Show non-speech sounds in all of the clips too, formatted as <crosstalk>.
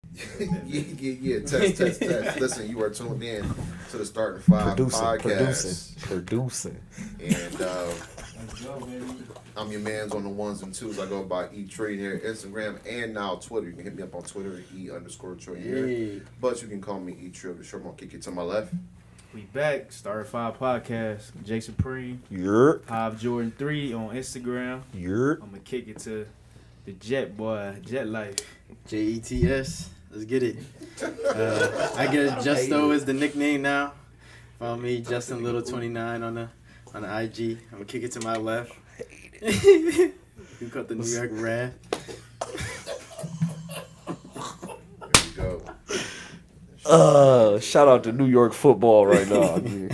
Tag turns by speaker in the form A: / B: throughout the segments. A: <laughs> yeah, yeah, yeah. Test, test, test. Listen, you are tuned in to the Starting Five
B: Producing,
A: podcast,
B: producing, producing.
A: and uh,
C: Let's go, baby.
A: I'm your man's on the ones and twos. I go by E Trade here, Instagram, and now Twitter. You can hit me up on Twitter, E underscore Trade here.
C: Hey,
A: But you can call me E Trill, the short kick it to my left.
C: we back. Star Five Podcast. Jake Supreme,
B: Yerp,
C: Pop Jordan Three on Instagram.
B: yerp.
C: I'm gonna kick it to the Jet Boy, Jet Life.
D: J E T S. Let's get it. Uh, I guess Justo is the nickname now. Follow me, Justin Little twenty nine on the on the IG. I'm gonna kick it to my left. <laughs> you caught the New York Wrath.
A: There we go.
B: Uh, shout out to New York football right
A: <laughs>
B: now. dude.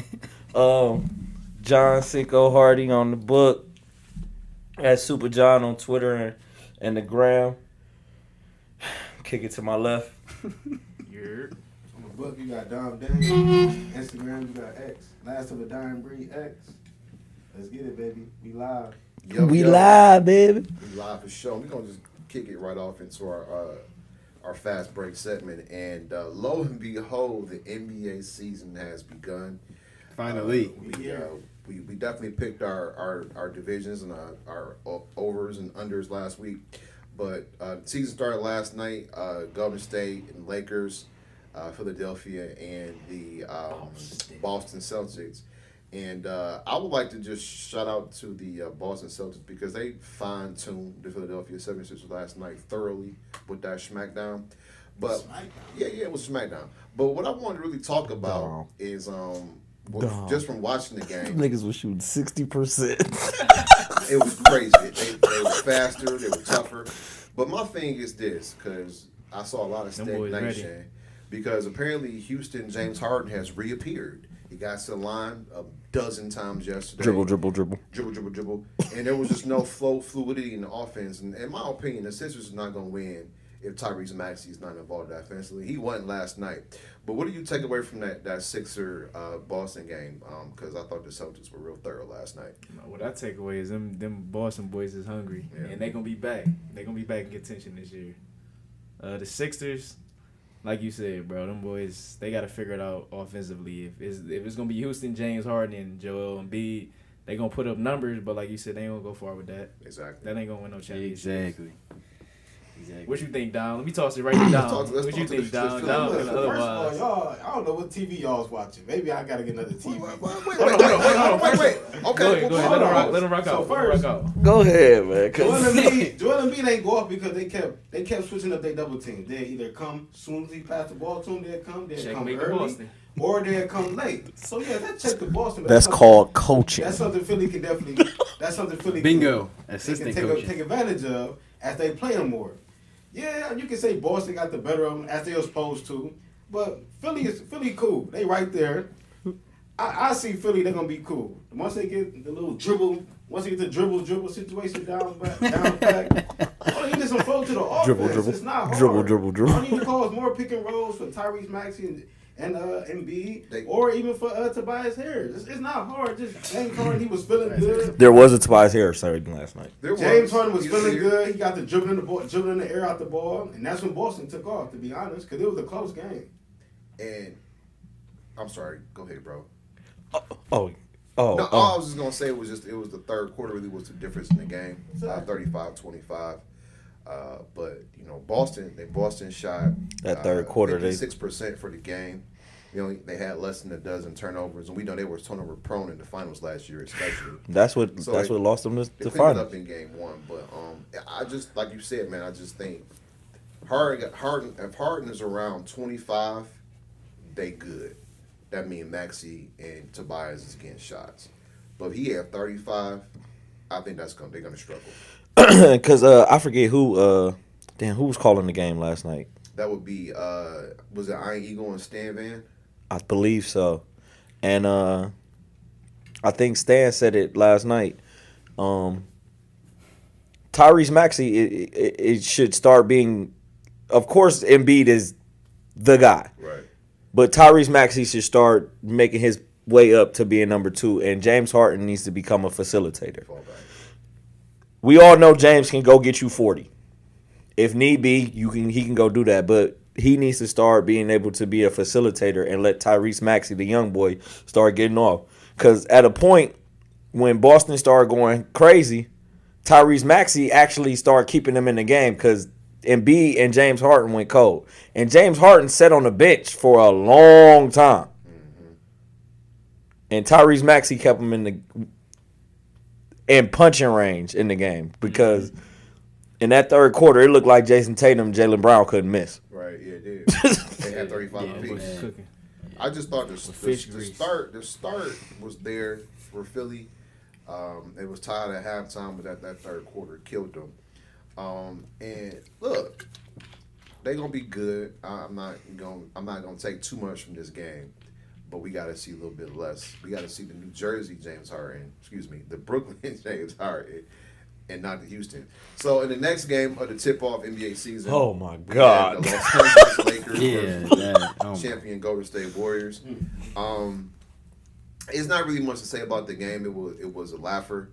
B: um, John Sicko Hardy on the book. At Super John on Twitter and, and the gram. <sighs> Kick it to my left.
C: You're
E: On the book, you got Dom Dang. Instagram, you got X. Last of a Dying Breed, X. Let's get it, baby. We live.
A: Yo,
B: we
A: yo.
B: live, baby.
A: We live for show. We're gonna just kick it right off into our uh, our fast break segment. And uh, lo and behold, the NBA season has begun.
D: Finally.
A: Uh, we, uh, we, we definitely picked our, our, our divisions and our, our o- overs and unders last week. But uh, the season started last night. Uh, Golden State and Lakers, uh, Philadelphia, and the um, Boston. Celtics. And uh, I would like to just shout out to the uh, Boston Celtics because they fine tuned the Philadelphia 76ers last night thoroughly with that smackdown. But yeah, yeah, it was SmackDown. But what I wanted to really talk about
B: Dog.
A: is um well,
B: Dog.
A: just from watching the game,
B: Niggas was shooting 60%.
A: it was crazy. They, they were faster, they were tougher. But my thing is this, because I saw a lot of
C: Them boys ready.
A: stagnation. Because apparently Houston James Harden has reappeared. He got to the line a dozen times yesterday.
B: dribble, dribble, dribble.
A: dribble, dribble, dribble, and there was just no flow fluidity in the offense. And in my opinion, the Sixers is not going to win if Tyrese Maxey is not involved offensively. He won last night, but what do you take away from that that Sixer uh, Boston game? Because I thought the Celtics were real thorough last night.
C: what I take away is them them Boston boys is hungry
A: Yeah.
C: and they gonna be back. They gonna be back in contention this year. Uh, the Sixers, like you said, bro, them boys they gotta figure it out offensively. If it's if it's gonna be Houston, James Harden, and Joel Embiid, they gonna put up numbers. But like you said, they ain't gonna go far with that.
A: Exactly.
C: That ain't gonna win no championship.
D: Exactly. Exactly.
C: What you think, Don? Let me toss it right
E: <coughs>
C: to Don.
A: Talk to- let's
C: What you
A: talk to
C: think,
A: the-
C: Don?
A: the- the-
C: Don feeling
E: Look, first of all,
C: otherwise.
E: y'all, I don't know what TV y'all's watching. Maybe I gotta get another TV.
A: Wait, wait, wait, wait,
C: Hold on, hold on,
A: wait,
C: hold
A: wait, wait.
C: Go
A: Okay,
C: ahead, go
A: well,
C: ahead.
A: hold
C: Let him
A: on.
C: rock, let him rock
E: So
C: out. Let him rock
E: first-
C: out.
B: Go ahead, man.
E: Joel
B: Cause
E: Embiid, Joel Embiid ain't go off because they kept they kept switching up their double teams. They either come soon as he passed the ball to him, they'd come, they'd come
C: Checkmate the
E: early,
C: Boston.
E: or they'd come late. So yeah, that checked the Boston. but
B: that's
E: something-
B: called coaching.
E: That's something Philly can definitely.
B: <laughs>
E: That's something Philly.
D: Bingo.
E: Can, they can
D: Assistant
E: take, a, take
D: coach.
E: advantage of as they play them more. Yeah, you can say Boston got the better of them as they was supposed to, but Philly is Philly cool. They right there. I, I see Philly. They're gonna be cool once they get the little dribble. Once they get the dribble dribble situation down back down
B: <laughs>
E: back. All they need is some flow to the offense.
B: Dribble, dribble.
E: It's not hard.
B: Dribble, dribble, dribble.
E: All they need to cause more pick and rolls for Tyrese Maxey and. And uh, Embiid,
A: They-
E: or even for uh, Tobias Harris, it's, it's not hard. Just James Harden, he was feeling good.
B: There was a Tobias Harris sighting last night.
A: There
E: James Harden was
A: He's
E: feeling
A: here.
E: good. He got the dribbling the ball, dribbling the air out the ball, and that's when Boston took off. To be honest, because it was a close game.
A: and I'm sorry. Go ahead, bro.
B: Oh, oh,
A: No, all I
B: oh.
A: was just gonna say was just it was the third quarter really was the difference in the game, uh, 35-25. Uh, but you know Boston, they Boston shot
B: That third quarter, they-
A: six percent for the game. You know they had less than a dozen turnovers, and we know they were turnover prone in the finals last year, especially.
B: That's what
A: So
B: that's
A: they-
B: what lost them to
A: They
B: the
A: cleaned it
B: final.
A: up in game one, but um, I just like you said, man. I just think Harden, Harden, if Harden is around twenty five, they good. That means Maxi and Tobias is getting shots, but if he had thirty five. I think that's gonna they're gonna struggle.
B: <clears throat> Because uh, I forget who. Uh, damn, who was calling the game last night?
A: That would be uh, was it Iron Eagle and Stan Van?
B: I believe so. And uh, I think Stan said it last night. Um, Tyrese Maxey, it, it, it should start being. Of course, Embiid is the guy.
A: Right.
B: But Tyrese Maxey should start making his way up to being number two, and James Harden needs to become a facilitator.
A: Fall back.
B: We all know James can go get you forty, if need be. You can he can go do that, but he needs to start being able to be a facilitator and let Tyrese Maxey, the young boy, start getting off. Because at a point when Boston started going crazy, Tyrese Maxey actually started keeping them in the game because Embiid and James Harden went cold. And James Harden sat on the bench for a long time. And Tyrese Maxey kept him in the in punching range in the game because in that third quarter it looked like Jason Tatum, and Jalen Brown couldn't miss.
A: Right, yeah, it is. they had 35
C: Yeah,
A: apiece.
C: what's cooking?
A: I just thought the, the,
C: fish
A: the
C: grease.
A: start the start was there for Philly. Um, it was tied at halftime, but that, that third quarter killed them. Um, and look, they gonna be good. I- I'm not gonna I'm not gonna take too much from this game, but we gotta see a little bit less. We gotta see the New Jersey James Harden, excuse me, the <laughs> Brooklyn James Harden, and not the Houston. So in the next game of the tip off NBA season,
B: Oh
A: we
B: my
A: had
B: God.
A: the Los Angeles Lakers
D: <laughs> Yeah,
A: versus
D: that, oh my Hmm.
A: champion Golden State Warriors. Um, it's not really much to say about the game. It was it was a laugher,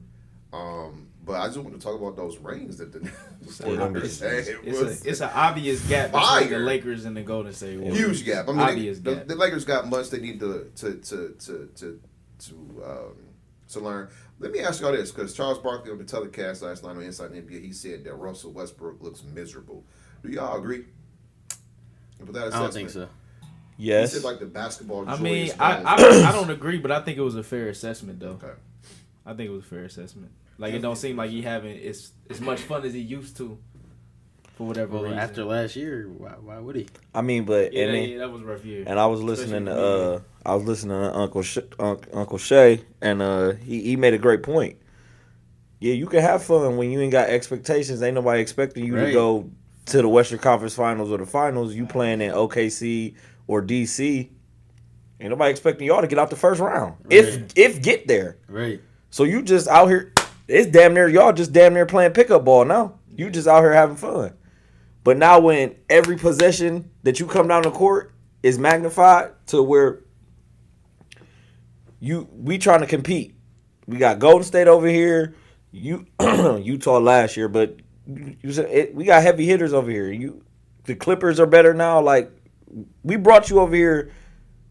A: um, but I just want to talk about those rings that the <laughs> Warriors had. It
C: It's
A: was
C: a it's an obvious gap between
A: fire.
C: the Lakers and the Golden State Warriors.
A: huge gap. I mean,
C: obvious
A: they- the,
C: gap.
A: the Lakers got much they need to to to to to to, um, to learn. Let me ask y'all this, because Charles Barkley on the telecast last night on Inside the NBA, he said that Russell Westbrook looks miserable. Do y'all agree? With that
D: I don't think
A: assessment?
D: so.
A: He
B: Yes.
A: said like the basketball.
C: I
A: joy
C: mean,
A: is
C: I,
A: gone.
C: I don't-
A: <clears throat>
C: I don't agree, but I think it was a fair assessment though.
A: Okay.
C: I think it was a fair assessment. Like it don't seem like he having as as much fun as he used to, for whatever
D: Well,
C: reason.
D: after last year, why, why would he?
B: I mean, but
C: yeah,
B: and
C: that,
B: then,
C: yeah, that was a rough year.
B: and I was listening to uh I was listening to Uncle Sh- Unc Uncle Shay and uh he he made a great point. Yeah, you can have fun when you ain't got expectations. Ain't nobody expecting you to
D: Right.
B: go to the Western Conference Finals or the Finals. You playing in OKC or DC. Ain't nobody expecting y'all to get out the first round.
D: Right.
B: If if get there.
D: Right.
B: So you just out here, it's damn near y'all just damn near playing pickup ball now. You just out here having fun. But now when every possession that you come down the court is magnified to where you we trying to compete. We got Golden State over here, you <clears throat> Utah last year, but you said it, we got heavy hitters over here. You the Clippers are better now. Like we brought you over here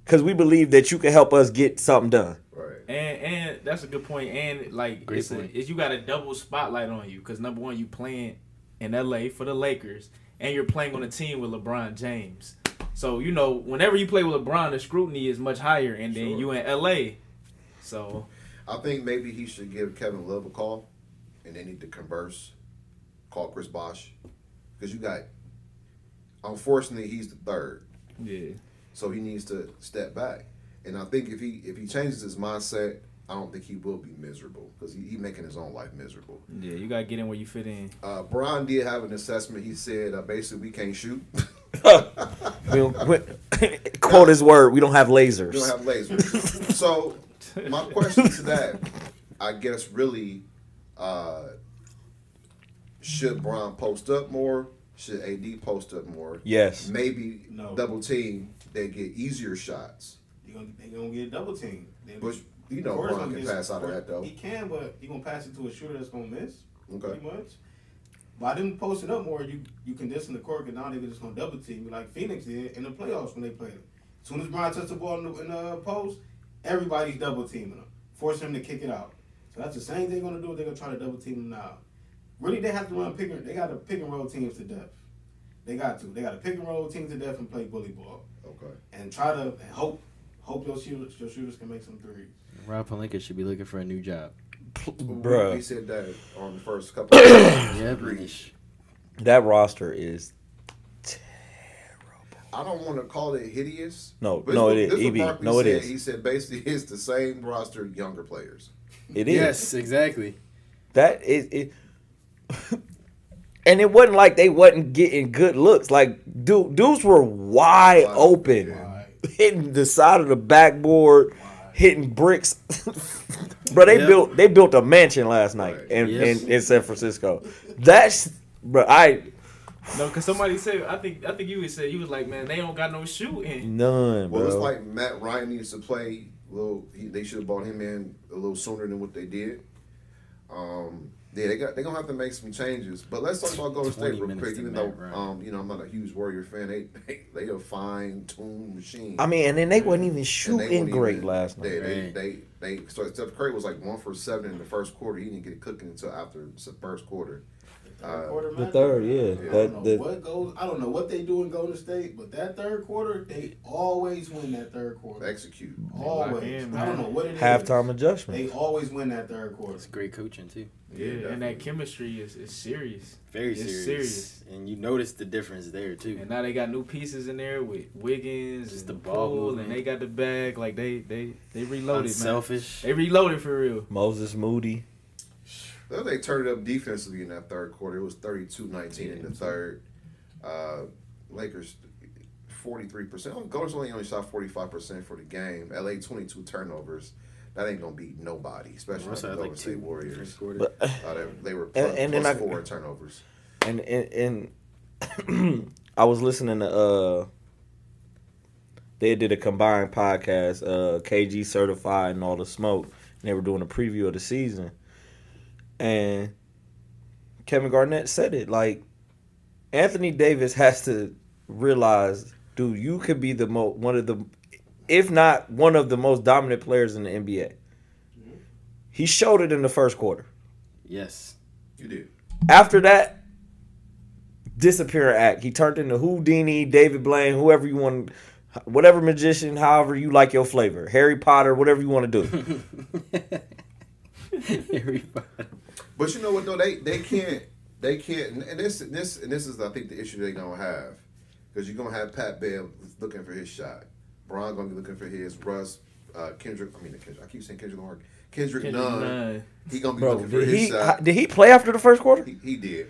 B: because we believe that you can help us get something done.
A: Right.
C: And and that's a good point. And like,
D: Great
C: it's, a-
D: point.
C: it's- you got a double spotlight on you because number one, you playing in L.A. for the Lakers, and you're playing on a team with LeBron James. So you know, whenever you play with LeBron, the scrutiny is much higher, and then
A: Sure.
C: you in L.A. So
A: I think maybe he should give Kevin Love a call, and they need to converse. Call Chris Bosch, because you got. Unfortunately, he's the third,
C: yeah,
A: so he needs to step back. And I think if he if he changes his mindset, I don't think he will be miserable because he, he making his own life miserable.
C: yeah, you gotta get in where you fit in.
A: Uh, Brian did have an assessment. He said uh, basically we can't shoot.
B: We don't, we, <coughs> quote his word. We don't have lasers.
A: We don't have lasers. so my question to that, I guess, really, uh, should Bron post up more? Should AD post up more?
B: yes.
A: Maybe
E: No.
A: double team. They get easier shots.
E: They're gonna, they gonna get double teamed. They-
A: But you know
E: Porter's
A: Bron
E: gonna
A: can
E: get-
A: pass out of that though.
E: He can, but he gonna pass it to a shooter that's gonna miss.
A: Okay.
E: Pretty much. By them posting up more, you you condensing the court, and now they're just gonna double team you like Phoenix did in the playoffs when they played him. As soon as Bron touched the ball in the, in the post, everybody's double teaming him, forcing him to kick it out. So that's the same they're gonna do. They're gonna try to double team him now. Really, they have to run pick. and- They got to pick and roll teams to death. They got to. They got to pick and roll teams to death and play bully ball
A: Okay.
E: and try to and hope hope your shooters your shooters can make some threes.
D: Rob Palenka should be looking for a new job.
A: Bruh.
B: Bruh.
A: We said that on the first couple.
B: <coughs>
A: of
D: Yeah,
A: Agreed.
B: That roster is
A: I don't want to call it hideous.
B: No,
A: but
B: no,
A: this
B: it is.
A: this what
B: EB,
A: Barkley
B: no, it
A: said.
B: is.
A: He said basically <laughs> it's the same roster, younger players.
B: it is
D: Yes, exactly.
B: that is it. and it wasn't like they wasn't getting good looks. Like dude, dudes were wide
A: Wide,
B: open,
A: yeah.
B: hitting the side of the backboard, hitting bricks. <laughs> bro, they
D: Yep.
B: built they built a mansion last night
A: Right.
B: in,
D: Yes.
B: in in San Francisco. That's bro. I
C: No, because somebody said I think I think you said you was like, man, they don't got no shooting.
B: none, bro.
A: Well, it's like Matt Ryan needs to play a little. He, they should have bought him in a little sooner than what they did. Um, Yeah, they got they gonna have to make some changes. But let's talk about Golden
D: 20
A: State real
D: minutes
A: quick.
D: to
A: Even though
D: Matt Ryan.
A: um, you know I'm not a huge Warrior fan, they <laughs> they, they a fine tuned machine.
B: I mean, and then they wasn't even
A: And they
B: shooting
A: won't
B: great
A: even-
B: last night.
A: They, they,
D: Right.
A: they, they, so Steph Curry was like one for seven in the first quarter. He didn't get cooking until after the first quarter. Uh,
E: Quarter
B: The
E: match.
B: third, yeah.
E: I
B: That-
E: don't know
B: that-
E: what goes. I don't know what they do in Golden State, but that third quarter, they always win that third quarter.
A: Execute.
E: Always.
C: in,
E: I
C: man.
E: don't know what it is.
B: halftime
E: They
B: adjustment.
E: always win that third quarter.
D: It's great coaching too.
C: Yeah, and
A: definitely.
C: that chemistry is, is serious.
D: Very
C: It's
D: serious.
C: serious.
D: And you notice the difference there too.
C: And now they got new pieces in there with Wiggins,
D: Just
C: and
D: the
C: the
D: ball
C: ball,
D: movement.
C: and they got the bag. Like they they they reloaded, man.
D: Unselfish.
C: They reloaded for real.
B: Moses Moody.
A: Then they turned it up defensively in that third quarter. It was 32-19 in the third. Uh, Lakers 43%. Oh, Golden State only shot 45% for the game. LA 22 turnovers. That ain't going to beat nobody, especially the
D: Russell had
A: Golden
D: like
A: State
D: two
A: Warriors.
D: First quarter.
B: But
A: Uh, they, they were plus,
B: And- and then
A: plus
B: I-
A: four turnovers.
B: and and, and <clears throat> I was listening to uh they did a combined podcast, uh KG certified and all the smoke, and they were doing a preview of the season. And Kevin Garnett said it like Anthony Davis <laughs> has to realize, dude, you could be the mo one of the if not one of the most dominant players in the NBA. He showed it in the first quarter
D: Yes. <laughs>
A: You did.
B: after that disappearing act, he turned into Houdini, David Blaine, whoever you want, whatever magician, however you like your flavor, Harry Potter, whatever you
A: <laughs>
B: want to do.
D: Everybody.
A: But you know what though they they can't they can't and- and this and this and this is I think the issue they gonna have because you're gonna have Pat Bev looking for his shot, Bron gonna be looking for his, Russ, uh, Kendrick. I mean Kendrick, I keep saying Kendrick Lamar, Kendrick,
C: Kendrick
A: Nunn.
C: Nunn.
A: He gonna be
B: Bro,
A: looking for
B: did
A: his
B: he
A: shot.
B: did he play after the first quarter?
A: he, he did.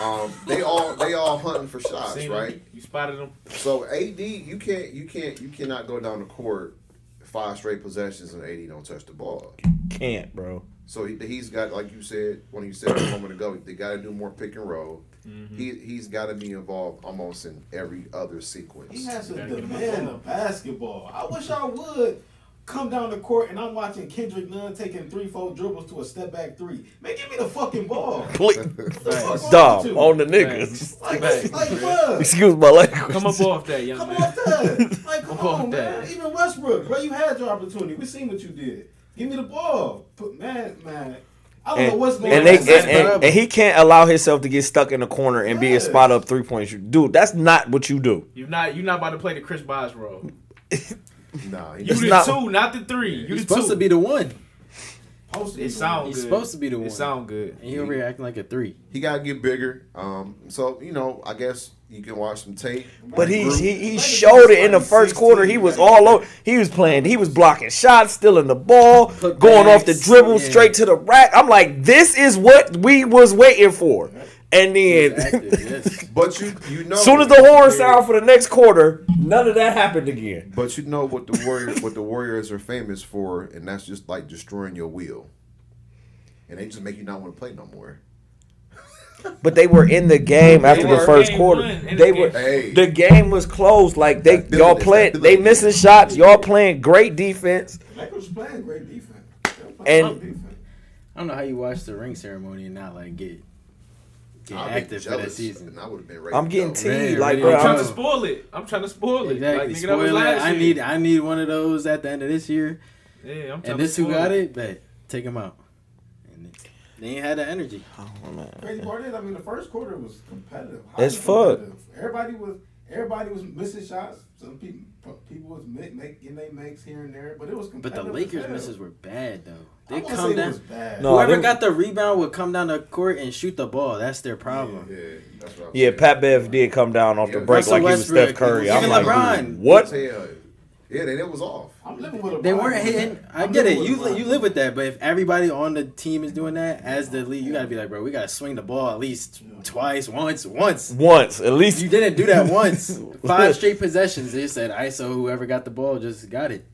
A: Um, they all they all hunting for shots,
C: Seen him?
A: right?
C: You spotted him.
A: So AD, you can't you can't you cannot go down the court five straight possessions and AD don't touch the ball.
B: Can't, bro.
A: So he, he's got, like you said, when you said a moment ago, they got to do more pick and roll.
B: Mm-hmm.
A: He he's got to be involved almost in every other
E: He
A: sequence.
E: has to
C: gotta get him
E: demand the basketball. I wish I would come down the court and I'm watching Kendrick Nunn taking three, four dribbles to a step back three. Man, give me the fucking ball.
A: <laughs>
E: What the fuck wrong
B: Dog
E: with you?
B: on the niggas. <laughs>
C: Facts.
E: Like,
C: Facts.
E: like what?
B: Excuse my language.
C: Come up off that, young
E: Come
C: man.
E: off that.
C: <laughs>
E: Like, come
C: Come off
E: on, man.
C: that.
E: Even Westbrook, bro, you had your opportunity. We seen what you did. Give me the ball. Put man, man. I don't know
B: And,
E: what's going
B: and
E: on.
B: they
E: That's
B: and, and,
E: terrible.
B: and he can't allow himself to get stuck in a corner and be a
E: Yes.
B: spot up three point shooter. Dude, that's not what you do.
C: You not you not about to play the Chris Bosh role.
A: Nah, he
C: You
B: It's
C: the
B: not-
C: two, not the three. You
D: He's
C: the
D: supposed
C: two.
D: to be the one.
E: Posted
C: It sounds
D: He's
C: good.
D: supposed to be the one.
C: It sound good.
D: And he over here acting like a
C: <laughs>
D: three.
A: he got to get bigger. Um, so you know, I guess you can watch some tape.
B: But he
A: Group.
B: he, he showed it in the first quarter. He was all over. He was playing. He was blocking shots, stealing the ball,
D: Put
B: going off the
D: backs,
B: dribble
D: yeah.
B: straight to the rack. I'm like, this is what we was waiting for. And
D: He's
B: then, <laughs>
D: active, yes.
C: <laughs>
A: but you you know,
B: soon as the horn sound for the next quarter, none of that happened again.
A: But you know what the warrior what the Warriors are famous for, and that's just like destroying your will, and they just make you not want to play no more.
B: But they were in the game after the
C: were.
B: first
C: Game
B: quarter.
C: one in the
B: They
C: game.
B: were.
A: Hey,
B: The game was closed. Like they
A: That
B: y'all
A: business,
B: playing.
A: that
B: They
A: business.
B: missing shots. Y'all playing great defense.
E: Lakers playing great defense. They're playing
B: And-
E: great defense.
D: I don't know how you watch the ring ceremony and not like get get
A: I'll be
D: active for that
A: jealous,
D: season.
A: and I would have been ready.
B: I'm
A: to
B: getting
A: go.
B: teed.
D: man,
B: Like
D: really
B: bro,
C: I'm trying
B: I'm-
D: Oh.
C: to spoil it. I'm trying to spoil it.
D: Exactly.
C: Like, nigga, that was
D: Spoiler.
C: last
D: I
C: year.
D: need I need one of those at the end of this year.
C: Yeah, I'm trying
D: And
C: to
D: this who
C: spoil
D: got it, bet take him out. And it- they ain't had the energy.
B: oh, man.
E: Crazy part is, I mean, the first quarter was competitive.
B: It's
E: Highly competitive. Everybody was everybody was missing shots. Some people people was make, make getting they makes here and there, but it was
D: But the
E: competitive.
D: Lakers
E: as hell.
D: misses were bad though.
E: I
D: They
E: wouldn't
D: come
E: say it was
D: down.
E: bad.
B: No,
D: Whoever
B: they-
D: got the rebound would come down the court and shoot the ball. That's their problem.
A: Yeah, that's what I'm
B: Yeah,
A: saying.
B: Pat Bev did come down off the
A: Yeah.
B: break
A: Russell
B: like he was Steph
D: Westbrook,
B: Curry. I'm
D: even
B: like,
D: LeBron.
B: what?
A: Yeah, yeah, they, that was off.
E: I'm living with a
D: They
E: vibe
D: weren't
E: with
D: hitting.
E: that.
D: I
E: I'm
D: get
E: living
D: it.
E: with
D: You
E: a
D: li-
E: vibe
D: you
E: with
D: live with that, but if everybody on the team is doing that as the lead, you gotta be like, bro, we gotta swing the ball at least twice, once,
B: <laughs>
D: once.
B: Once, at least.
D: You didn't do that
B: <laughs>
D: once. Five straight possessions. They said ISO. Whoever got the ball just got it.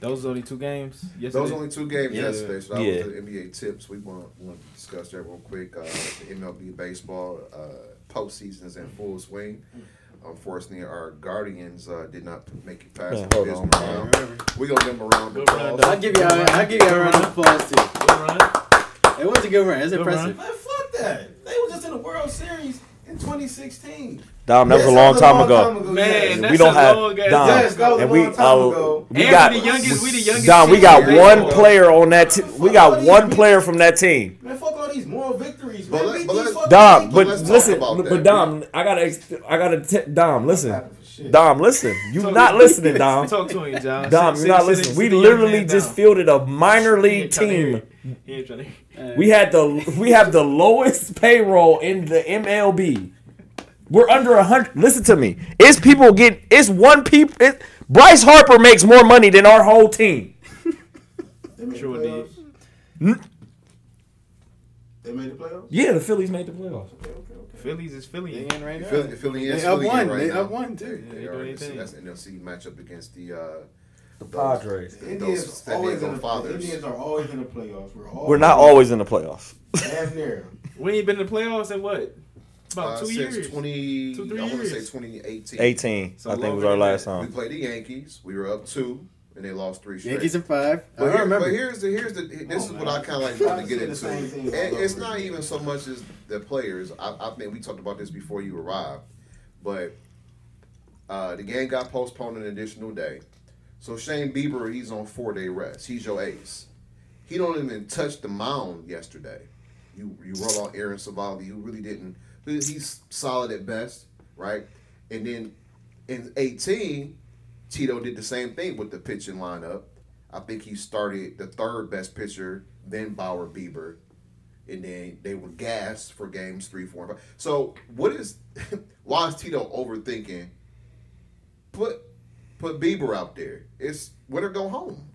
C: Those only two games. Yes,
A: Those only two games
C: Yeah.
A: yesterday. So that
B: Yeah.
A: was the NBA tips. We want, want to discuss that real quick. Uh, the MLB baseball uh, postseason is in full swing. Um, Unfortunately, our Guardians uh, did not make it past
B: Man,
A: the
B: hold
A: fifth
B: on,
A: round. We're going to give them a round of
C: Good round,
A: applause.
C: dog.
D: I'll give y'all. I'll give y'all a round of applause too.
C: Good run.
D: It was a good run. It's
C: Good run.
D: impressive.
E: Man, fuck that. They was just in the World Series in 2016.
B: Dom, that was a
E: Yes,
B: long
E: that
B: time ago.
C: Man,
E: yes.
C: that-
B: We
C: That's
B: don't
C: a
B: have Dom,
C: long ass- Yes,
E: that was a
B: and we
E: long time
B: uh,
E: ago.
B: we
C: And
B: got
C: we the youngest- we the youngest
B: Dom, we
C: team
B: got
E: in
B: one
E: baseball.
B: player on that. T- we got one player from that team.
E: Man, fuck all these moral victories,
A: But
E: man.
A: let-
E: Beat
A: but
E: these
A: let-
E: fucking
B: Dom,
E: people.
B: but
A: let's talk
B: listen,
A: about
B: but
A: that.
B: Dom, I gotta, ex- I gotta, t- Dom, listen,
E: Happened for shit.
B: Dom, listen, you
C: Talk-
B: not
C: <laughs>
B: listening, Dom.
C: Talk to him, John.
B: Dom,
C: Sit-
B: you're not
C: sit-
B: listening.
C: sit-
B: We
C: sit the young
B: literally
C: man
B: just
C: down.
B: fielded a minor
C: He
B: league
C: ain't tryna hear
B: team.
C: it. He ain't tryna hear it.
B: We had the we have the lowest payroll in the MLB. We're under a hundred. Listen to me. It's people get. It's one people. It, Bryce Harper makes more money than our whole team.
E: They made the
C: Sure did.
E: playoffs.
B: Hmm?
E: They made the playoffs.
B: Yeah, the Phillies made the playoffs.
E: Okay, okay, okay.
C: Phillies is
D: They
C: Philly.
D: in right now.
A: Philly, Philly is
D: They up
A: Philly
D: one.
A: right
D: They
A: now.
D: up one too.
A: They
C: They
A: are.
C: doing
A: It's-
C: anything.
A: That's NLC matchup against the uh, the
B: Padres.
E: The Indians
A: Those San
E: always
A: Diego
E: in the, the
A: fathers.
E: Indians are always in the playoffs. We're, always
B: We're not always in the playoffs.
E: damn near.
C: We ain't been in the playoffs in what? About
A: Uh,
C: two
A: since
C: years.
A: 20,
C: Two, three
A: I want to say
C: years.
A: 2018.
B: Eighteen.
C: So
B: I think was
C: longer
B: our
C: than
B: last
C: that.
A: We
B: time.
A: played the Yankees. We were up two, and they lost three straight.
D: Yankees in five. I
A: But,
D: don't
A: here,
D: remember.
A: but here's the here's the this is
E: Oh,
A: what
E: man.
A: I kind of like want to
E: I've
A: get
E: seen the same
A: into.
E: thing
A: And
E: all
A: it's
E: over
A: not
E: again.
A: even so much as the players. I, I think we talked about this before you arrived, but uh, the game got postponed an additional day. So Shane Bieber, he's on four day rest. He's your ace. He don't even touch the mound yesterday. You you roll out Aaron Savali, who really didn't. he- He's solid at best, right? And then in 18, Tito did the same thing with the pitching lineup. I think he started the third best pitcher, then Bauer Bieber, and then they were gassed for games three, four, and five. So what is <laughs> why is Tito overthinking? Put put Bieber out there. It's winter go home.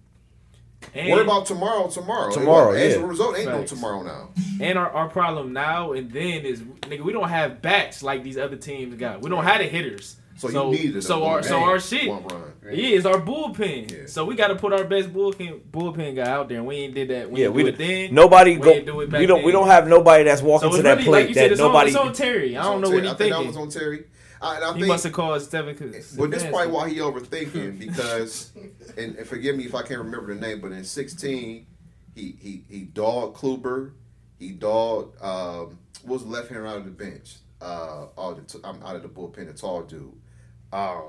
C: And,
A: Worry about tomorrow, tomorrow.
B: Tomorrow,
A: As a
B: yeah.
A: result, ain't
C: Facts.
A: no tomorrow now.
C: and our, our problem now and then is nigga, we don't have bats like these other teams got. We don't have the hitters.
A: So, you need it.
C: So our so our shit.
A: One run.
C: Yeah, it's our bullpen.
A: Yeah.
C: So we got to put our best bullpen bullpen guy out there. and We ain't did that. We
B: Yeah,
C: ain't
B: we
C: do it
B: did.
C: then.
B: Nobody
C: We
B: go.
C: ain't do it back
B: we don't. We
C: then.
B: don't have nobody that's walking
C: So it's
B: to that
C: really
B: plate
C: like you
B: that
C: said, it's
B: nobody.
C: on, it's on Terry. I
A: It's on
C: don't know
A: Terry.
C: what he's
A: I think that was
C: thinking.
A: on Terry. I, and I
C: He
A: think
C: must have caused Devin. Cook-
A: But this is probably
C: Stefanski.
A: why he
C: <laughs>
A: overthinking because, and, and forgive me if I can't remember the name, but in sixteen, he he he dogged Kluber, he dogged um, what was the left hand out of the bench, uh, out of the, I'm out of the bullpen, the tall dude. Uh,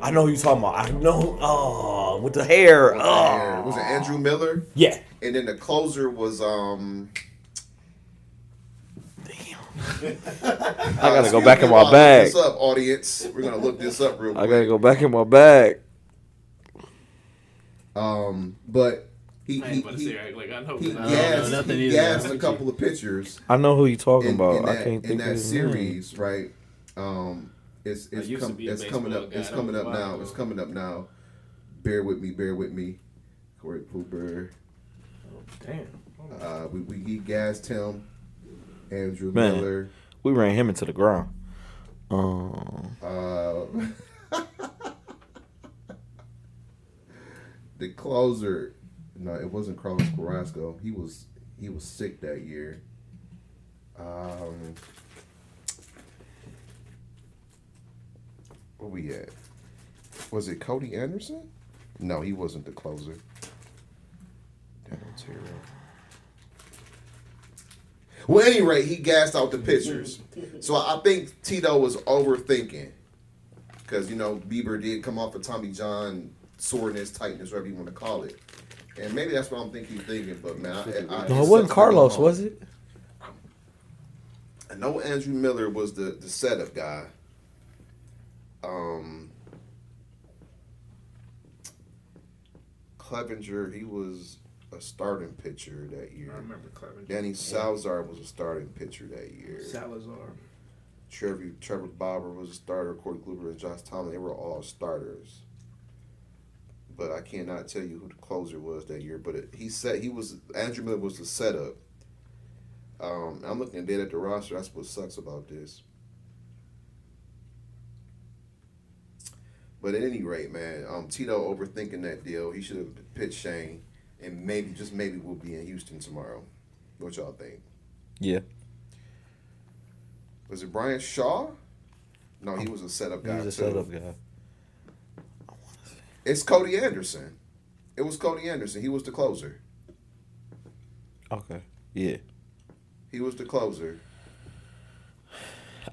B: I know who you talking about. I know. Oh, with the hair. Oh.
A: was it Andrew Miller?
B: Yeah.
A: And then the closer was um. <laughs>
B: Damn.
A: Uh, I
B: gotta go back in my bag.
A: This up, audience. We're gonna look this up real quick.
B: I gotta go back in my bag.
A: Um, but he
C: I ain't
A: he,
C: about to
A: he,
C: say right. Like I know.
A: he
C: but uh, I
D: don't
A: gassed,
D: know nothing
A: he
D: either.
A: gassed a couple of pitchers
B: I know who you talking
A: in,
B: about.
A: in
B: I
A: that, in
B: can't think of
A: that
B: his name.
A: series, right? Um, it's
C: I
A: it's,
C: used to
A: com-
C: be a
A: it's coming
C: baseball
A: up.
C: guy.
A: It's
C: That
A: coming
C: was
A: up
C: a while
A: now.
C: ago.
A: It's coming up now. Bear with me. Bear with me. Corey Kluber.
C: Damn.
A: Uh, we we he gassed him. Andrew
B: Man.
A: Miller.
B: We ran him into the ground. Um,
A: Uh, <laughs> the closer, no, it wasn't Carlos Carrasco. He was he was sick that year. Um, where we at? Was it Cody Anderson? No, he wasn't the closer. That Ontario. Well, any rate, he gassed out the pitchers. So I think Tito was overthinking because you know Bieber did come off of Tommy John soreness, tightness, whatever you want to call it, and maybe that's what I'm thinking he's thinking. But man, I, I,
B: no, it wasn't Carlos, was it?
A: I know Andrew Miller was the the setup guy. Um, Clevenger, he was a starting pitcher that year.
C: I remember Clevenger.
A: Danny Salazar was a starting pitcher that year.
C: Salazar.
A: Trevor Trevor Bobber was a starter. Corey Kluber and Josh Tomlin they were all starters. But I cannot tell you who the closer was that year. But it, he said he was Andrew Miller was the setup. Um, I'm looking dead at the roster. That's what sucks about this. But at any rate, man, um, Tito overthinking that deal. He should have pitched Shane, and maybe just maybe we'll be in Houston tomorrow. What y'all think?
B: Yeah.
A: Was it Brian Shaw? No, he was a setup guy.
B: He's a
A: too.
B: setup guy.
A: It's Cody Anderson. It was Cody Anderson. He was the closer.
B: Okay. Yeah.
A: He was the closer.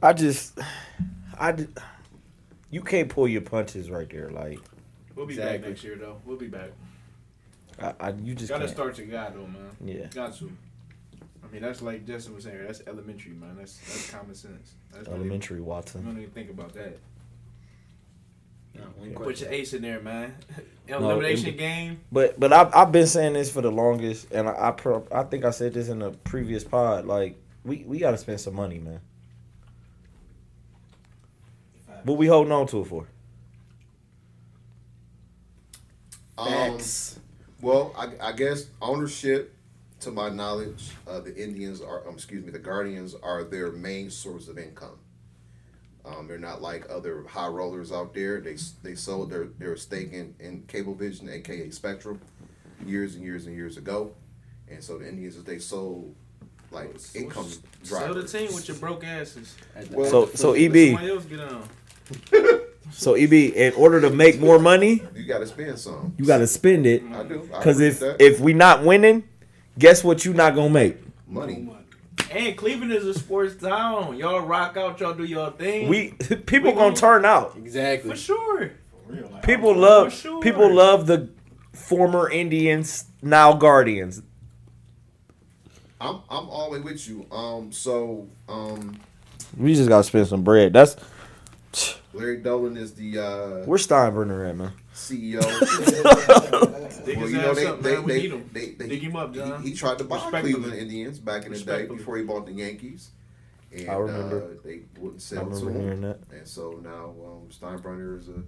B: I just, I, d- you can't pull your punches right there. Like,
C: We'll be back
D: Exactly.
C: next year though. We'll be back.
B: I, I you just
C: Gotta
B: can't.
C: start to God though, man.
B: Yeah.
C: Got to. I mean, that's like Justin was saying. That's elementary, man. That's that's common sense. That's not even-
B: Elementary
C: You
B: Watson.
C: don't even think about that.
D: No, one
C: Put your
D: question.
C: ace in there, man.
B: No,
C: Elimination
B: it-
C: game.
B: But but I've I've been saying this for the longest, and I I, pro, I think I said this in a previous pod. Like, we we gotta spend some money, man. What we holding on to it for?
A: Um,
D: Facts.
A: well, I, I guess ownership, to my knowledge, uh, the Indians are, um, excuse me, the Guardians are their main source of income. Um, they're not like other high rollers out there. They s- they sold their, their stake in, in Cablevision, aka Spectrum, years and years and years ago, and so the Indians is they sold like income
C: Sell the
A: drivers.
C: team with your broke asses.
D: At the-
A: Well-
D: at
B: So
D: the
B: so e-
A: E
D: foot.
C: Let
B: EB
C: somebody else get on.
B: so EB in order to make more money,
A: You got to spend some.
B: you gotta spend it.
A: I do. I
B: Cause
A: agree
B: if
A: with that.
B: if we not winning, guess what? You not gonna make.
A: money,
C: And Cleveland is a sports town. Y'all rock out. Y'all do y'all thing.
B: We <laughs> people gonna turn out.
C: for
D: Exactly.
C: sure.
E: Real, like,
B: People
E: I-
B: love
C: For sure.
B: people love the former Indians now Guardians.
A: I'm I'm always with you. Um, so um,
B: We just gotta spend some bread. That's
A: Larry Dolan is the uh,
B: where Steinbrenner at, man. <laughs>
A: CEO.
C: <laughs> Dig
A: well,
C: his
A: you know
C: ass
A: they
C: up,
A: they
C: man. we
A: they,
C: need him.
A: they, they-
C: Dig him up, John.
A: he, he tried to buy
C: Respectfully.
A: Cleveland Indians back in the day
C: Respectfully.
A: before he bought the Yankees, and
B: I remember.
A: Uh, they wouldn't
B: I
A: sell to
B: remember
A: him,
B: hearing that.
A: and so now um, Steinbrenner is a,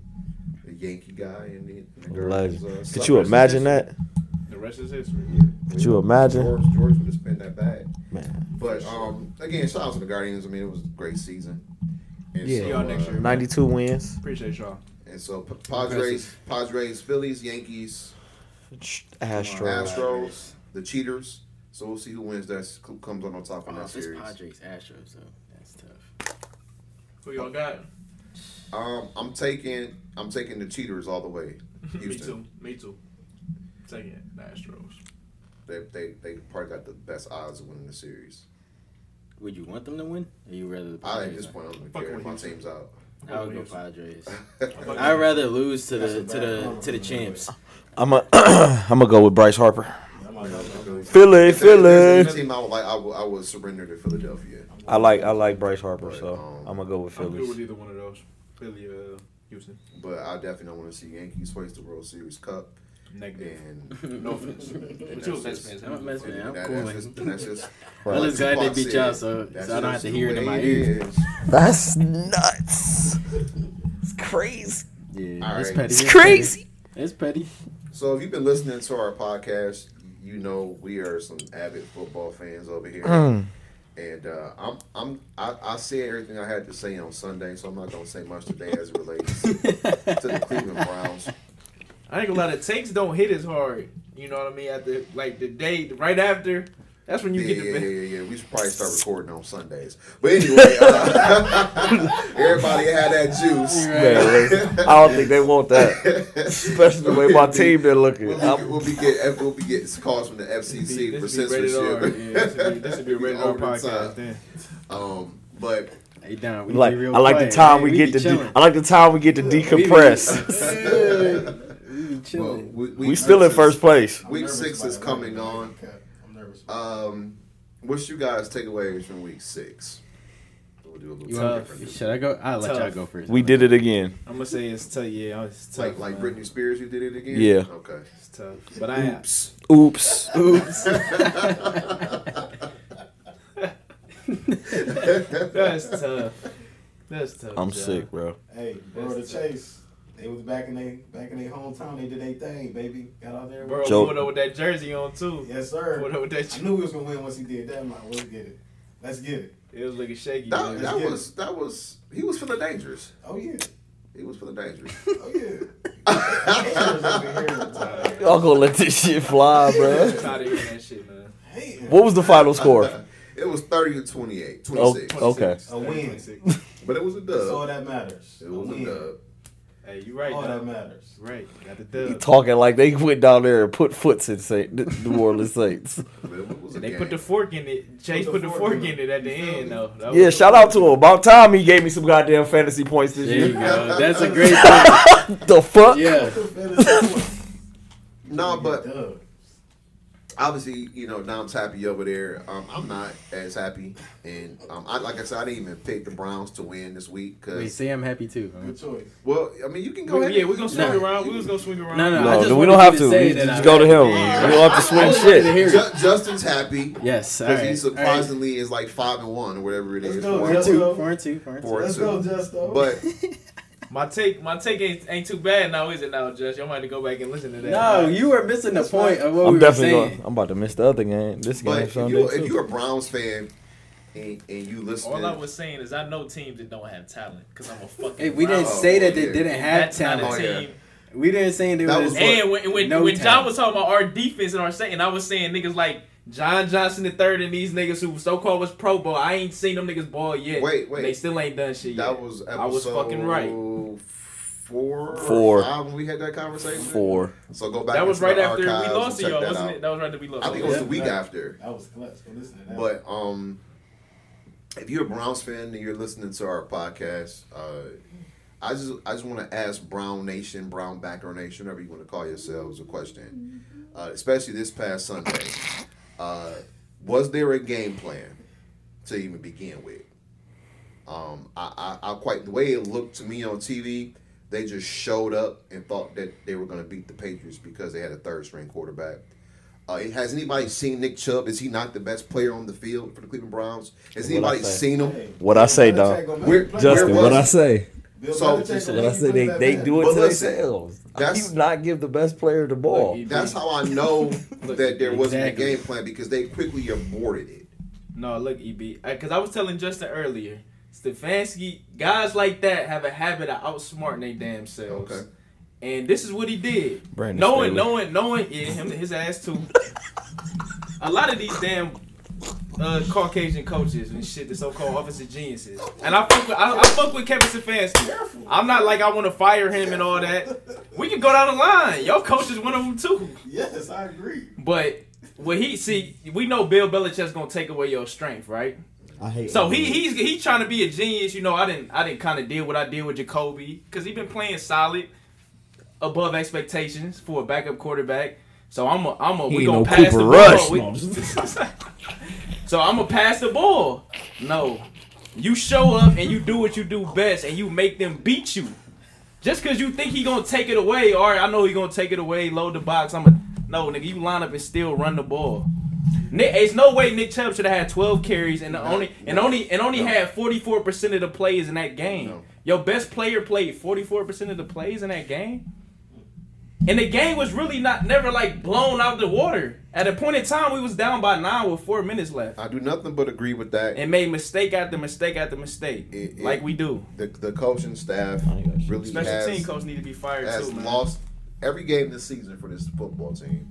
A: a Yankee guy, and the, and the girl is,
B: Legend.
A: uh,
B: Could you imagine that?
C: the rest is history.
B: Could you imagine?
A: George, George would have spent that bag.
B: Man.
A: But um, again, shout out to the Guardians. I mean, it was a great season. And
B: Yeah.
A: so,
B: See
C: y'all next
A: uh,
C: year.
B: Ninety two wins.
C: Appreciate y'all.
A: And so P- Padres, Padres, Phillies, Yankees,
B: Astros.
A: Astros, the Cheaters. So we'll see who wins that, who comes on on top of
D: Oh,
A: that
D: if it's
A: series.
D: Padres, Astros, though. That's tough.
C: Who y'all got?
A: Um, I'm taking, I'm taking the Cheaters all the way.
C: Me
A: Houston.
C: too. Me too. Second, the Astros.
A: They, they, they probably got the best odds of winning the series.
D: Would you want them to win? Or you rather the
A: I at
D: Padres?
A: this
D: win?
A: point, I don't
C: Fuck
A: care.
C: with
A: My
C: Houston.
A: team's out. <laughs>
D: I would go Padres.
C: with
D: I'd rather lose to
E: That's
D: the
E: a
D: to
E: bad
D: the
E: combo,
D: to the
A: <laughs>
E: man.
D: champs.
B: I'm <clears throat> a I'm gonna go with Bryce Harper.
E: I'm like, I'm like,
B: Philly,
A: If there- if there's
B: Philly.
A: any Team I would like, I would, I would surrender to Philadelphia.
B: I like I like Bryce Harper,
A: But,
B: so
A: um,
B: I'm gonna go with
C: I'm good with
B: Phillies.
C: either one of those. Philly, uh, Houston.
A: But I definitely don't want to see Yankees face the World Series Cup.
C: Negative.
A: And <laughs>
C: No
D: <laughs>
C: offense. But you a Mets fan, so
D: I'm a Mets
A: and
D: fan. I'm
A: that-
D: cool.
A: that's
D: <laughs>
A: just, that's just,
B: Right.
D: I'm just glad
A: Tupac
D: they beat y'all,
A: said,
D: so,
A: that's
D: so I don't have
A: just
D: to
A: the
D: hear it in
A: way
D: my ear.
A: is.
B: That's nuts. It's crazy.
D: Yeah,
A: All
D: it's
A: right.
D: petty.
B: It's crazy.
D: Petty. It's petty.
A: So if you've been listening to our podcast, you know we are some avid football fans over here.
B: Mm.
A: And uh, I'm I'm I, I said everything I had to say on Sunday, so I'm not gonna say much today as it relates to
C: <laughs>
A: the Cleveland Browns.
C: I think a lot of takes don't hit as hard. You know what I mean? At the like the day right after, that's when you
A: yeah,
C: get the
A: yeah,
C: best.
A: yeah, yeah, yeah. We should probably start recording on Sundays. But anyway, uh, <laughs> everybody had that juice.
B: Man, I don't think they want that, especially the way my
A: <laughs>
B: team been looking.
A: We'll be,
B: I'm-
A: we'll be get we'll be getting calls from the FCC for
C: This would be
A: <laughs>
C: rated
A: censorship.
C: R. Yeah, this would be- this would be
A: <laughs>
C: a rated R
A: Over the
C: podcast
A: top.
C: then.
A: Um, but
D: Hey, Don, we
B: like
D: be real
B: I like the
D: quiet.
B: time
D: Hey,
B: we, get
D: be
B: to de-
D: chilling.
B: <laughs> I like the time we get to decompress.
D: we be
A: well,
D: chilling.
A: we,
B: We still in first place.
E: I'm
A: Week
E: nervous
A: six
E: about
A: is
E: it.
A: coming on.
E: I'm nervous.
A: Um, what's you guys' takeaways from week six? We'll do a little
D: You
C: Tough.
A: different.
D: want, should I go? I'll let
C: Tough.
D: y'all go first.
A: <laughs>
B: We did it again.
C: I'm gonna say it's tough. Yeah, I was tough.
A: Like, like
C: man.
A: Britney Spears, who did it again?
B: Yeah.
A: Okay. <laughs>
C: It's tough. But I am.
A: Oops. <laughs>
B: Oops.
D: Oops.
C: That's tough. That's tough.
B: I'm
C: John.
B: sick, bro.
E: Hey, bro, the
C: That's tough.
E: Chase. They was back in they back in their hometown. They did their thing, baby. Got out there.
C: Bro,
B: Joe-
C: pulled up with that jersey on too.
E: Yes,
C: Pulled
E: sir.
C: up with that.
E: I
C: jer-
E: knew we was gonna win once he did that. I'm like, let's get it. Let's get it.
C: It was looking shaky.
A: That,
C: man.
A: that was that was he was feeling dangerous.
E: Oh yeah.
A: He was feeling
C: <laughs>
A: dangerous.
E: Oh yeah.
B: Y'all gonna let this shit fly,
C: I'm
B: bro?
C: tired of hearing that shit, man.
E: Damn.
B: What was the final score?
A: <laughs>
B: Oh,
A: It was thirty to 28, 26.
B: Okay.
E: A win.
C: 26.
A: But it was a
E: That's all
A: dub.
E: that matters.
A: It was a
E: win.
A: dub.
C: Hey, you right.
E: All that
C: dog.
E: matters.
C: Right. Got the
B: You
C: dub.
B: talking like they went down there and put foots in Saint, New Orleans Saints.
A: But it was a
C: They
A: game.
C: put the fork in it. Chase put the fork in it at the end though. That
B: Yeah,
C: was-
B: shout out to him. About time he gave me some goddamn fantasy points this
D: <laughs> There you
B: year.
D: go. That's a great thing.
B: The fuck?
E: <laughs>
D: Yeah.
A: no, but
E: Duh.
A: obviously, you know, Dom's happy over there. Um, I'm not as happy, and um, I like I said, I didn't even pick the Browns to win this week
D: Wait,
A: because,
D: say I'm happy too.
E: Good choice.
A: well, I mean, you can go
C: We-
A: ahead.
C: yeah, we're gonna swing
D: Nah.
C: around. We was gonna swing around.
D: No, no, I
B: No,
D: just
B: no, we
D: wanted
B: don't
D: you
B: have
D: to
B: to.
D: say
B: We
D: that I
B: just go to him.
D: Yeah.
B: We don't have to
D: I
B: swing
D: just wanted to
B: shit.
D: hear it.
A: Ju- Justin's happy
D: Yes. All
A: because
D: right.
A: he
D: All right.
A: surprisingly is like five and one or whatever it
E: Let's
A: is.
E: go,
A: Four
D: Four
A: and
D: and
E: Let's
A: two.
D: two.
E: go.
D: Four and two. Four and two.
A: Four and
E: Let's go,
A: two.
E: Justo.
A: But
C: My take, my take ain't, ain't too bad now, is it now, Judge? Y'all might have to go back and listen to that.
D: No, you were missing the
E: That's
D: point
E: fine.
D: of what
B: I'm
D: we were
B: definitely
D: saying.
B: going. I'm about to miss the other game. This game
A: But if
B: Sunday
A: you
B: too.
A: if you're a Browns fan and, and you listen,
C: All I was saying is I know teams that don't have talent because I'm a fucking.
D: Hey, we didn't
A: Oh,
D: say that
A: yeah.
D: they didn't
C: And
D: have
C: that's not a
D: talent.
A: Oh, yeah.
C: team.
D: We didn't say they
A: That
D: were.
A: was
D: just-
C: And when when,
D: No
C: when John
D: talent.
C: was talking about our defense and our second, I was saying niggas like John Johnson the third and these niggas who so called was Pro Bowl. I ain't seen them niggas ball yet.
A: Wait, wait.
C: They still ain't done shit yet.
A: that was episode
C: I was fucking right.
A: Four,
B: Four.
A: or five when we had that conversation.
B: Four.
A: So go back.
C: That
A: into
C: was right
A: the
C: after we
A: archives and
C: lost to
A: check
C: y'all,
A: that
C: wasn't
A: out.
C: it? That was right after we lost.
A: I think it was the
E: Yeah.
A: week after.
E: That was clutch. Go listen to that.
A: But um, if you're a Browns fan and you're listening to our podcast, uh, I just I just want to ask Brown Nation, Brown Backer Nation, whatever you want to call yourselves, a question. Uh, especially this past Sunday, uh, was there a game plan to even begin with? Um, I, I, I quite the way it looked to me on TV, they just showed up and thought that they were going to beat the Patriots because they had a third string quarterback. Uh, has anybody seen Nick Chubb? Is he not the best player on the field for the Cleveland Browns? Has
B: What'd I
A: anybody
B: say?
A: seen him?
E: Hey,
B: What I say,
E: Belichick
B: dog.
E: gonna make
A: Where-
E: you play.
A: Justin,
F: Justin,
A: was-
F: what I say?
E: Bill
A: So-
E: Belichick gonna
B: What I
E: make you
B: say,
E: play
B: they,
E: that
B: they
E: bad.
B: do it
A: But
B: to
A: listen,
B: themselves. How
A: that's-
B: you not give the best player the ball?
D: E
C: Look,
A: That's how I
C: <laughs>
A: know
C: Look,
A: that there wasn't
C: exactly.
A: a game plan because they quickly aborted it.
C: No, look, EB, because I was telling Justin earlier, Stefanski, guys like that have a habit of outsmarting they damn selves.
A: Okay.
C: And this is what he did.
B: Brandon
C: knowing,
B: Staley.
C: knowing, knowing, yeah, him, his ass too. a lot of these damn uh, Caucasian coaches and shit, the so-called offensive geniuses. And I fuck with, I, I fuck with Kevin Stefanski. I'm not like I want to fire him and all that. We can go down the line. Your coach is one of them too.
E: <laughs> Yes, I agree.
C: But what he see, we know Bill Belichick's gonna take away your strength, right?
F: I hate.
C: So he <clears throat> he's he trying to be a genius. You know, I didn't I didn't kind of deal what I did with Jacoby because he been playing solid, above expectations for a backup quarterback. So I'm a I'm a
F: He
C: we
F: ain't
C: gonna
F: no
C: pass
F: Cooper
C: the
F: Rush.
C: ball.
F: No, I'm
C: <laughs> We- so I'm gonna pass the ball. No, you show up and you do what you do best and you make them beat you. Just cause you think he gonna take it away, all right, I know he gonna take it away, load the box. I'm a no nigga, you line up and still run the ball. Nick, it's no way Nick Chubb should have had 12 carries and the only and only and only
A: no.
C: had 44 percent of the plays in that game.
A: No.
C: Your best player played 44 percent of the plays in that game, and the game was really not never like blown out the water. At a point in time, we was down by nine with four minutes left
A: I do nothing but agree with that.
C: and made mistake after mistake after mistake,
A: It- it-
C: like we do.
A: the the coaching staff
B: ain't got shit.
A: really
C: Special
A: has,
C: team coach need to be fired
A: has
C: too, man.
A: lost every game this season for this football team.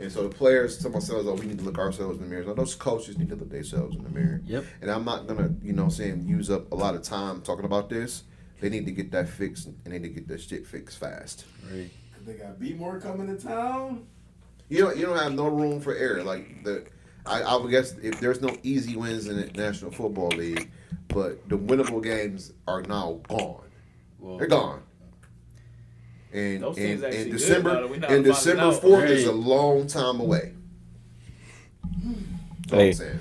A: And so the players tell themselves, oh, we need to look ourselves in the mirror. No, those coaches need to look themselves in the mirror.
D: Yep.
A: And I'm not gonna, you know, what I'm saying use up a lot of time talking about this. They need to get that fixed, and they need to get that shit fixed fast.
E: They got B more coming to town.
A: You don't, you don't have no room for error. Like the, I, I would guess if there's no easy wins in the National Football League, but the winnable games are now gone.
D: Well,
A: They're gone. And
C: Those teams
A: and,
C: actually
A: and
C: good,
A: December
C: though. We
A: and
C: not finding
A: December
C: out.
A: fourth is a
D: Right.
A: long time away. That's all I'm
B: Hey.
A: saying.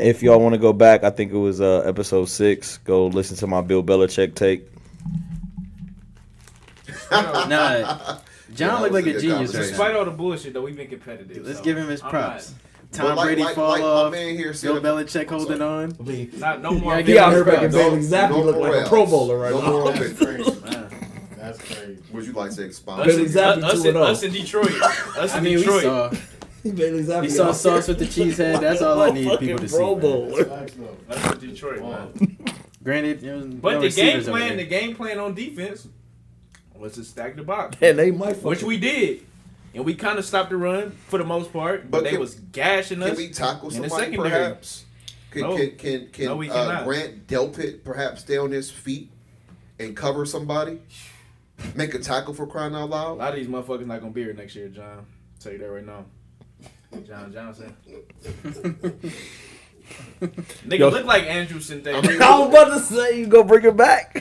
B: if y'all want to go back, I think it was uh, episode six. Go listen to my Bill Belichick take.
A: <laughs>
D: Nah,
A: Yeah,
D: John looked like
A: that
D: a
A: was a good conversation.
D: genius right now.
C: Despite all the bullshit, though, we've been competitive.
D: Let's
C: so
D: give him his
C: I'm
D: props.
A: But
D: Tom
A: like-
D: Brady
A: like-
D: fall
A: like my
D: off.
A: man here
D: Bill
A: said-
D: Belichick holding
A: sorry.
D: on.
C: Not,
D: <laughs>
C: not no more.
D: Yeah,
F: he out here
D: Ralph.
F: making Bailey Zappi
A: no
F: look
A: more
F: like a
A: else.
F: Pro Bowler right
A: No
F: now.
A: more
E: <laughs> That's
A: offense.
E: crazy. That's crazy.
A: Would you like to expound?
C: Us,
F: Bailey
C: in-
F: Zappi
C: us,
F: two
C: in,
F: and oh.
C: us in Detroit. <laughs> Us in
D: I mean, we
C: Detroit.
D: saw.
F: Bailey Zappi
B: <laughs>
D: We
A: <laughs>
D: saw
F: out
D: sauce
F: here.
D: with the cheese head. That's all I need people to
F: Fucking
D: see.
F: Pro
D: man.
F: Bowler.
E: Facts though.
C: Us in Detroit, man.
D: Granted, it was
C: But
D: no
C: the game
D: receivers over
C: plan, the
D: there.
C: game plan on defense was to stack the box,
F: And they might fuck
C: which we did, and we kind of stopped the run for the most part. But,
A: But
C: they
A: can-
C: was gashing
A: Can
C: us.
A: we tackle
C: in the
A: somebody
C: secondary.
A: perhaps? Can
C: No.
A: can can, can
C: No, we
A: uh,
C: cannot.
A: Grant Delpit perhaps stay on his feet and cover somebody? Make a tackle for crying out
C: A
A: loud.
C: lot of these motherfuckers not gonna be here next year, John. Tell you that right now. John
D: <laughs>
C: Johnson. Nigga
B: Yo.
C: look like Andrew <laughs> Sandell.
B: <laughs> I was about to say you gonna bring it back.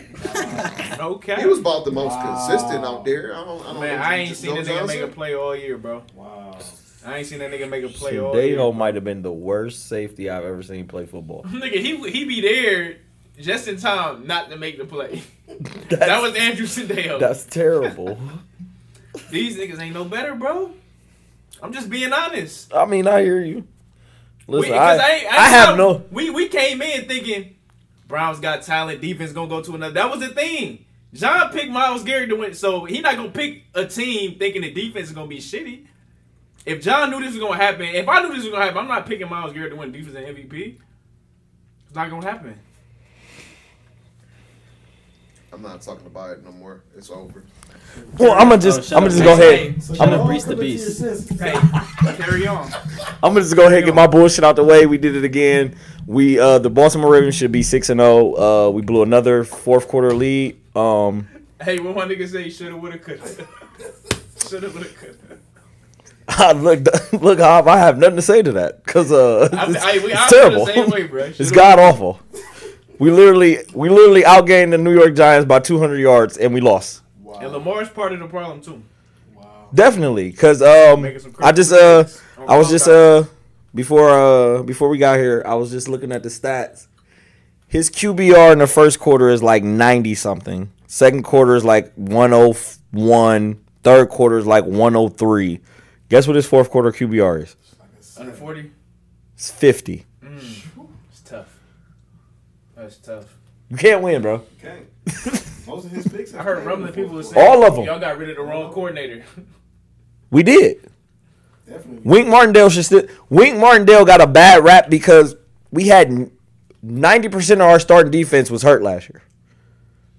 C: okay.
A: He was about the most
E: Wow.
A: consistent out there. I don't. I don't
C: Oh, Man,
A: know,
C: I ain't
A: just
C: seen
A: know
C: that nigga
A: Johnson?
C: make a play all year, bro.
E: Wow.
C: I ain't seen that nigga make a play all year.
B: Dejo might have been the worst safety I've ever seen play football.
C: <laughs> Nigga, he he be there just in time not to make the play. <laughs>
B: That's,
C: <laughs> That was Andrew Sandell.
B: that's terrible.
C: These niggas ain't no better, bro. I'm just being honest.
B: I mean, I hear you.
C: We-
B: Listen,
C: 'cause
B: I, I,
C: ain't- ain't
B: have
C: know-
B: no.
C: We we came in thinking Browns got talent, defense gonna go to another. That was the thing. John picked Miles Garrett to win, so he not gonna pick a team thinking the defense is gonna be shitty. If John knew this was gonna happen, if I knew this was gonna happen, I'm not picking Miles Garrett to win defense and MVP. It's not gonna happen.
A: I'm not talking about it no more. It's over.
B: Well, I'm gonna just,
D: Oh, shut
B: I'm gonna
D: up,
B: just go
D: Jason.
B: ahead.
E: So
D: I'm
E: y'all
D: a breeze to
E: commit to
D: beast.
E: your senses.
C: Hey, carry on.
B: I'm gonna just go ahead and get my bullshit out the way. We did it again. We uh the Baltimore Ravens should be six and zero. Uh, we blew another fourth quarter lead. Um, <laughs>
C: Hey, what my nigga say? Shoulda, woulda, coulda. <laughs> Shoulda, woulda, coulda.
B: I look, <laughs> look, Hov, I have nothing to say to that because uh,
C: I'm,
B: <laughs> it's,
C: I, we,
B: it's
C: I'm
B: terrible.
C: The same way, bro.
B: <laughs> It's
C: Shoulda,
B: god awful. We literally, we literally outgained the New York Giants by 200 yards and we lost.
C: And
E: Wow.
C: Lamar's part of the problem too.
E: Wow.
B: Definitely, because um,
C: Making some
B: I just uh,
C: crazy plays.
B: I was just uh, before uh, before we got here, I was just looking at the stats. His QBR in the first quarter is like 90 something. Second quarter is like 101. Third quarter is like 103. Guess what his fourth quarter QBR is?
C: under forty.
B: It's 50.
C: Mm. It's tough. That's tough.
B: You can't win, bro.
E: Okay. Most of his picks.
C: I heard rumbling people was saying
B: All of 'em.
C: Y'all got rid of the wrong coordinator. <laughs>
B: We did.
E: Definitely.
B: Wink Martindale should still. Wink Martindale got a bad rap because we had ninety percent of our starting defense was hurt last year,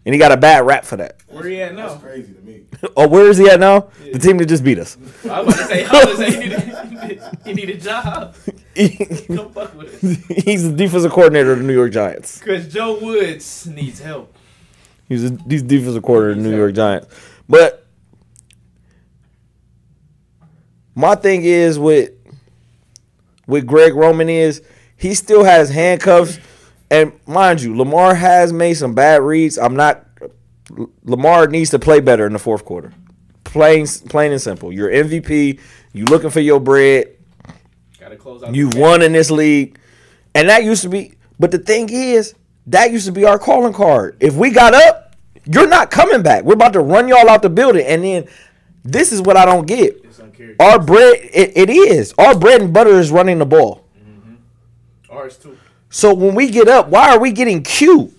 B: and he got a bad rap for that.
C: Where he at
E: That's
C: now?
E: crazy to me.
B: Oh, where is he at now?
C: Yeah.
B: The team that just beat us. <laughs>
C: I was about to say. I was about to say he need a, <laughs> he need a job.
B: He's
C: Come fuck with us.
B: the defensive coordinator of the New York Giants.
C: <laughs> Cause Joe Woods needs help.
B: He's a, he's defensive coordinator of the New York Giants. But my thing is with with Greg Roman is he still has handcuffs, and mind you, Lamar has made some bad reads. I'm not. Lamar needs to play better in the fourth quarter. Plain plain and simple. You're MVP. You looking for your bread.
C: Got to close out.
B: You
C: the
B: won in this league. And that used to be, but the thing is, that used to be our calling card. If we got up, you're not coming back. We're about to run y'all out the building. And then this is what I don't get.
C: It's uncharacteristic.
B: Our bread, it, it is. Our bread and butter is running the ball.
C: Ours too.
B: So when we get up, why are we getting cute?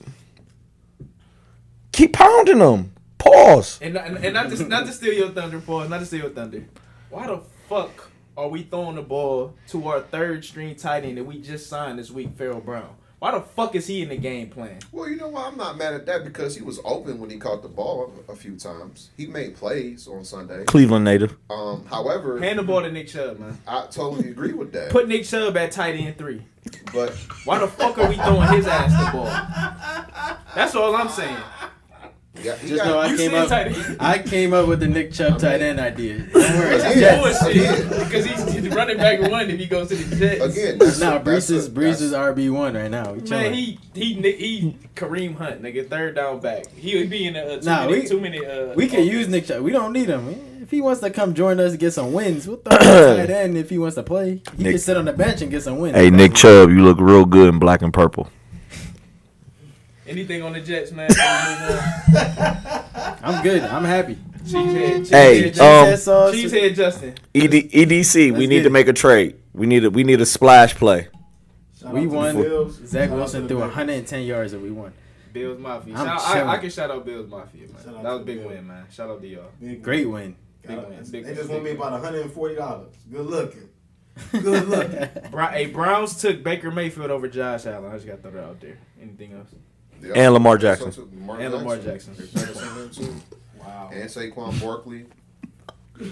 B: Keep pounding them. Pause.
C: And, and, and not to not to steal your thunder, Paul. Not to steal your thunder. Why the fuck are we throwing the ball to our third string tight end that we just signed this week, Farrell Brown? Why the fuck is he in the game plan?
A: Well, you know what? I'm not mad at that because he was open when he caught the ball a few times. He made plays on Sunday.
B: Cleveland native.
A: Um, however,
C: Hand the ball to Nick Chubb, man.
A: I totally agree with that.
C: Put Nick Chubb at tight end three.
A: But
C: Why the fuck are we throwing his ass the ball? That's all I'm saying.
A: yeah, he
D: Just
A: got,
D: know I
C: You
D: came
C: see
D: up.
C: tight end?
D: I came up with the Nick Chubb tight end idea. Don't worry.
A: Again.
D: Jets.
C: That's bullshit. Because he's, he's running back one if he goes to the Jets.
A: again. That's
D: Nah, Brees
A: that's
D: is Brees
A: that's-
D: is RB one right now. We
C: Man,
D: chilling.
C: he he he Kareem Hunt, nigga, third down back. He would be in a, a two
D: Nah,
C: minute.
D: we-
C: two minute uh,
D: we can use Nick Chubb. We don't need him. If he wants to come join us and get some wins, we'll throw him tight end. If he wants to play, he
B: Nick-
D: can sit on the bench and get some wins.
B: Chubb, you look real good in black and purple.
C: anything on the Jets, man. we move on.
D: I'm good. I'm happy.
C: Cheesehead, cheesehead,
B: Hey,
C: Justin.
B: um,
D: Cheese sauce.
C: cheesehead Justin.
B: ED, EDC,
D: Let's
B: E we
D: get
B: need to
D: it.
B: make a trade. We need a we need a splash play.
E: Shout
D: We
E: out to the
D: won.
E: Bills.
D: Zach
E: Shout out to
D: Wilson
E: the
D: threw
E: Bills.
D: 110 yards and we won.
C: Bills Mafia.
D: I'm
C: Shout, I, I
D: chilling.
C: can shout out Bills Mafia, man.
E: Shout out
C: That was
E: to
C: a big
E: Bills.
C: win, man. Shout out to y'all.
E: Big
D: Great win.
E: Got it.
C: Big win. Big
E: They
C: win.
E: just want me
C: Big
E: about $140. Good looking.
D: <laughs>
E: Good looking.
C: Bro, hey, Browns took Baker Mayfield over Josh Allen. I just got to throw that out there. Anything else?
A: Yeah.
B: And Lamar Jackson.
A: So, so, Lamar
C: And Lamar Jackson.
A: Jackson.
E: wow.
A: and Saquon Barkley. And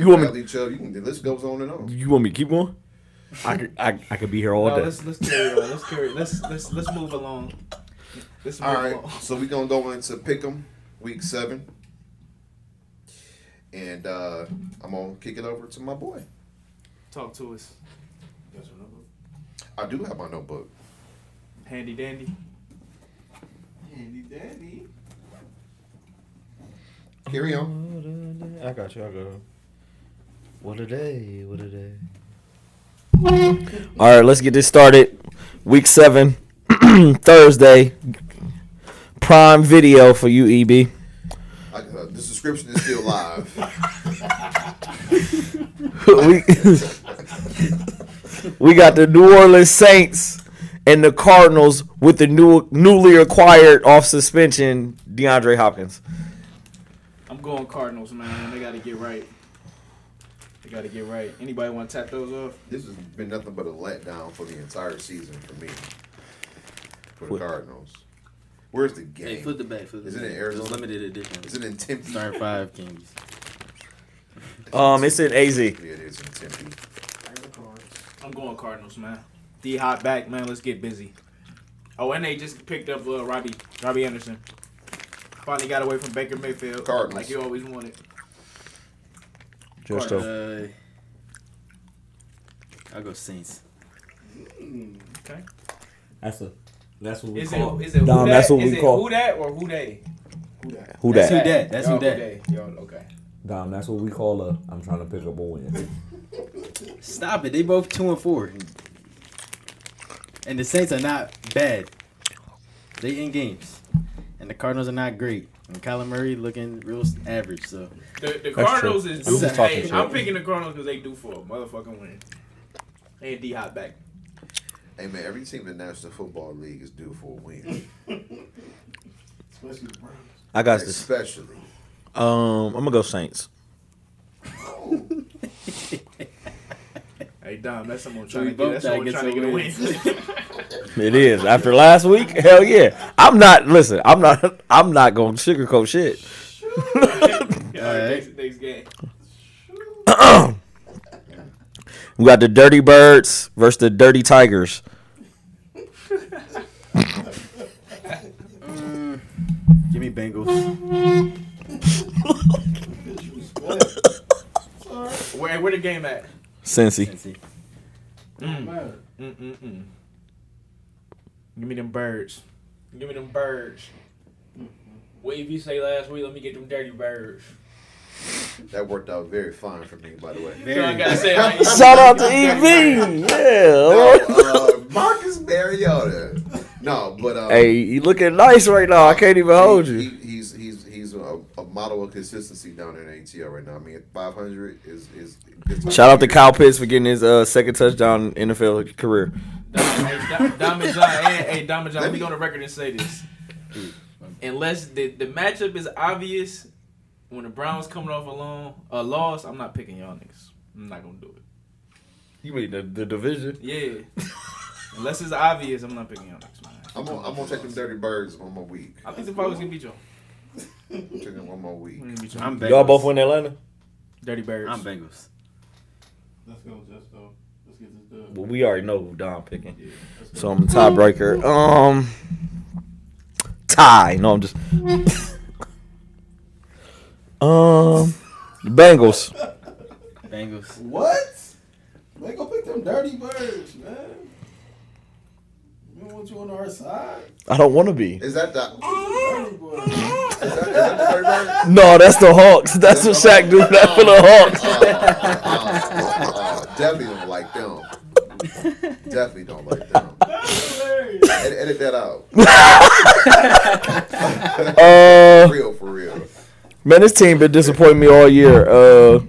B: You want me-
A: Bradley Chubb. You can, the list goes on and on.
B: You want me to keep going? I could I, I could be here all
C: No,
B: day.
C: let's let's carry on. Let's carry. Let's let's let's move along. Let's move
A: All right,
C: along.
A: so we're going to go into pick 'em.
B: Mm-hmm.
A: week seven. And uh, I'm gonna kick it over to my boy.
C: Talk to us.
E: That's what I'm-
A: I do have my notebook.
C: Handy dandy.
E: Handy dandy.
A: Carry on.
B: I got you. I got you. What a day. What a day. All right, let's get this started. Week seven, <clears throat> Thursday. Prime video for you, E EB.
A: I, uh, the subscription is still
B: <laughs>
A: live.
B: we, <laughs> we got the New Orleans Saints and the Cardinals with the new newly acquired off suspension DeAndre Hopkins.
C: I'm going Cardinals, man. They got to get right. They got to get right. Anybody want to tap those off?
A: this has been nothing but a letdown for the entire season for me. For the
B: What?
A: Cardinals. Where's the game?
D: Hey, flip the bag. Flip the
A: Is it
D: bag.
A: in Arizona?
D: It's limited edition.
A: is it in Tempe?
D: Star five candies.
B: Um, it's in AZ.
A: Yeah, it is in Tempe.
C: I'm going Cardinals, man. D hot back, man. Let's get busy. Oh, and they just picked up uh, Robbie Robbie Anderson. Finally got away from Baker Mayfield.
A: Cardinals.
C: Like you always wanted.
B: Just
C: Go.
D: Uh, I'll uh, go Saints.
C: Okay.
F: That's a. That's what we
C: Is
F: call.
C: it is it who
B: Dom,
C: that?
B: that's what
C: Is
B: we
C: it
B: call-
C: who that or who they?
E: Who that?
B: who
D: That's
B: that?
D: who dat. That's
C: Y'all
D: who dat.
C: they. Y'all okay.
F: Dom, that's what we call a. I'm trying to pick up a win.
D: Stop it. They both two and four. And the Saints are not bad. They in games. And the Cardinals are not great. And Kyler Murray looking real s- average. So
C: The, the
B: true.
C: Cardinals
B: I'm
C: is due.
D: just
C: for-
D: talking
C: hey,
D: shit.
C: I'm picking the Cardinals because they do for a motherfucking win. And D hot back.
A: Hey man, every team in the National Football League is due for a win.
E: Especially the Browns. <laughs>
B: I got this.
A: Especially.
B: Um, I'm gonna go Saints.
C: Hey Dom, that's someone
D: So
C: trying
D: we
C: to
D: both
C: get that's
D: gotta
C: someone
D: get
C: trying to get a win.
D: some
B: It is after last week. Hell yeah! I'm not. Listen, I'm not. I'm not gonna sugarcoat shit.
C: <laughs> Alright, next, next game.
B: We got the Dirty Birds versus the Dirty Tigers.
D: give me Bengals.
C: Where where the game at?
B: Cincy.
D: Cincy.
C: Mm.
E: Matter.
C: Mm-mm-mm. mm. Give me them birds. Give me them birds. What if you say last week? Let me get them dirty birds.
A: That worked out very fine for me, by the way.
C: So I
D: Very
C: gotta say, <laughs> I ain't-
B: Shout out to EV.
A: No,
B: <laughs> Yeah.
A: uh, Marcus Mariota. No, but uh,
B: Hey, you looking nice right now. I can't even hold you.
A: He, he's he's he's a, a model of consistency down there in ATL right now. I mean, 500 is is. is
B: Shout out to Kyle Pitts for getting his uh, second touchdown in NFL career.
C: Dom, hey, Dom, Dom and John, hey, hey, Dom and John, let me Mm. go on the record and say this. Unless the, the matchup is obvious, when the Browns coming off a, long, a loss, I'm not picking y'all niggas. I'm not gonna do it.
B: You mean the, the division?
C: Yeah. <laughs> Unless it's obvious, I'm not picking y'all niggas, man.
A: I'm gonna, I'm gonna take them dirty birds one more week.
C: I think the Falcons gonna beat y'all.
A: I'm taking them one more week.
C: We gonna beat y'all.
D: I'm Bengals.
B: Y'all both win Atlanta?
C: Dirty Birds.
D: I'm Bengals.
E: Let's go, just though. Let's get this done.
B: Well, we already know who Don picking.
E: Yeah, let's go.
B: So I'm the tiebreaker. Um, tie. No, I'm just. <laughs> um, Bengals.
D: Bengals.
E: What? Man, go pick them dirty birds, man. We don't want you on our side.
B: I don't want to be.
A: Is that the
E: Dirty birds.
A: is that, is that the dirty birds?
B: No, that's the Hawks. That's what Shaq do. That's for the
A: Oh,
B: Hawks.
A: Uh, uh, uh, definitely don't like them. Definitely don't like them.
E: That's hilarious.
A: Ed- edit that out.
B: Uh,
A: Real for real.
B: man, this team been disappointing me all year. Uh,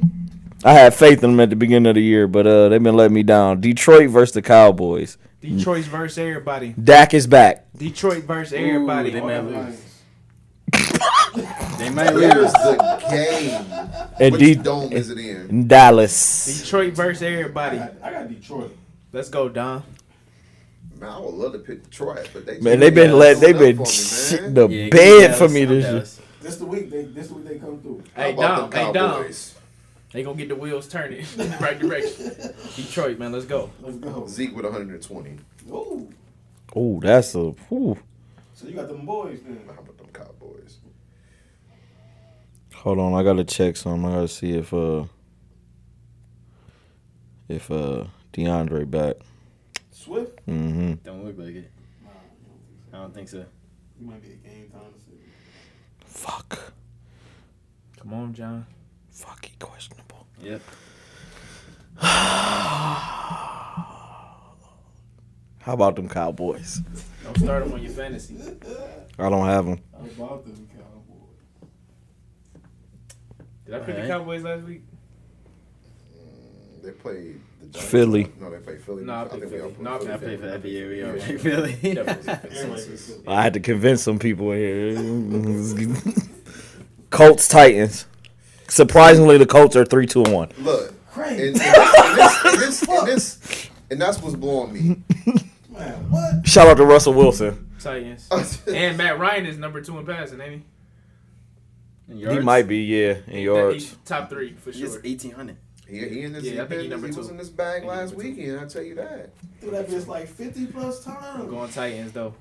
B: I had faith in them at the beginning of the year, but uh, they've been letting me down. Detroit versus the Cowboys.
C: Detroit's versus everybody.
B: Dak is back.
C: Detroit versus everybody.
D: they might lose.
E: Lions.
D: They might
A: Here's
D: lose.
A: the game.
B: And
A: Which
B: D-
A: dome is it in?
B: Dallas.
C: Detroit versus
E: I <laughs>
C: everybody.
E: got, I got Detroit.
C: Let's go, Don.
A: Man, I would love to pick Detroit, but they
B: Man, they've been let they've been shitting
A: sitting
B: the
D: Yeah, give me
B: bed
D: Dallas.
B: for me
D: I'm
B: this year.
D: Dallas.
E: This the week they this the week they come through.
C: Hey, Dom. Hey, Dom. They gonna get the wheels turning in the right direction. Detroit, man, let's go.
E: Let's go.
A: Zeke with 120.
E: Ooh.
B: Oh, that's a ooh.
E: So you got them boys then.
A: How about them Cowboys?
B: Hold on, I gotta check some. I gotta see if uh if uh DeAndre back.
E: Swift,
B: Mm-hmm.
D: Don't look like it. I don't think so.
E: you might be a game time decision.
B: Fuck.
C: Come on, John.
B: Fuck. He questionable. <sighs>
D: Yep.
B: How about them Cowboys?
C: Don't start him on your fantasy.
B: I don't have them.
E: How about them Cowboys?
C: Did I pick the
D: Alright.
C: Cowboys last week?
A: Mm, They play the Giants.
B: Philly.
A: No, they play Philly.
C: No, I picked Philly.
A: all play
C: No, I
A: Philly.
D: I play for every year we are. <laughs>
C: Yeah.
D: Philly. <laughs>
E: Everybody
C: Definitely.
E: can
B: I had to convince some people here. <laughs> Colts Titans. Surprisingly, the Colts are three two and one.
C: <laughs>
A: Look, and,
E: Crazy.
A: and, this, and, this, and, this, and that's what's blowing me.
E: Man, what?
B: Shout out to Russell Wilson.
C: Titans. And Matt Ryan is number two in passing, ain't he?
B: He might be yeah in yards.
C: He's top three for
D: He's
C: sure.
D: eighteen hundred.
A: <laughs> he, he in this,
C: Yeah, I
A: he,
C: think he
A: been-
C: number
A: he
C: two.
A: was in this bag
C: He number
A: last
C: two.
A: weekend. I tell you that.
E: Dude, that bitch like 50 plus
C: I'm
E: times.
C: going Titans though.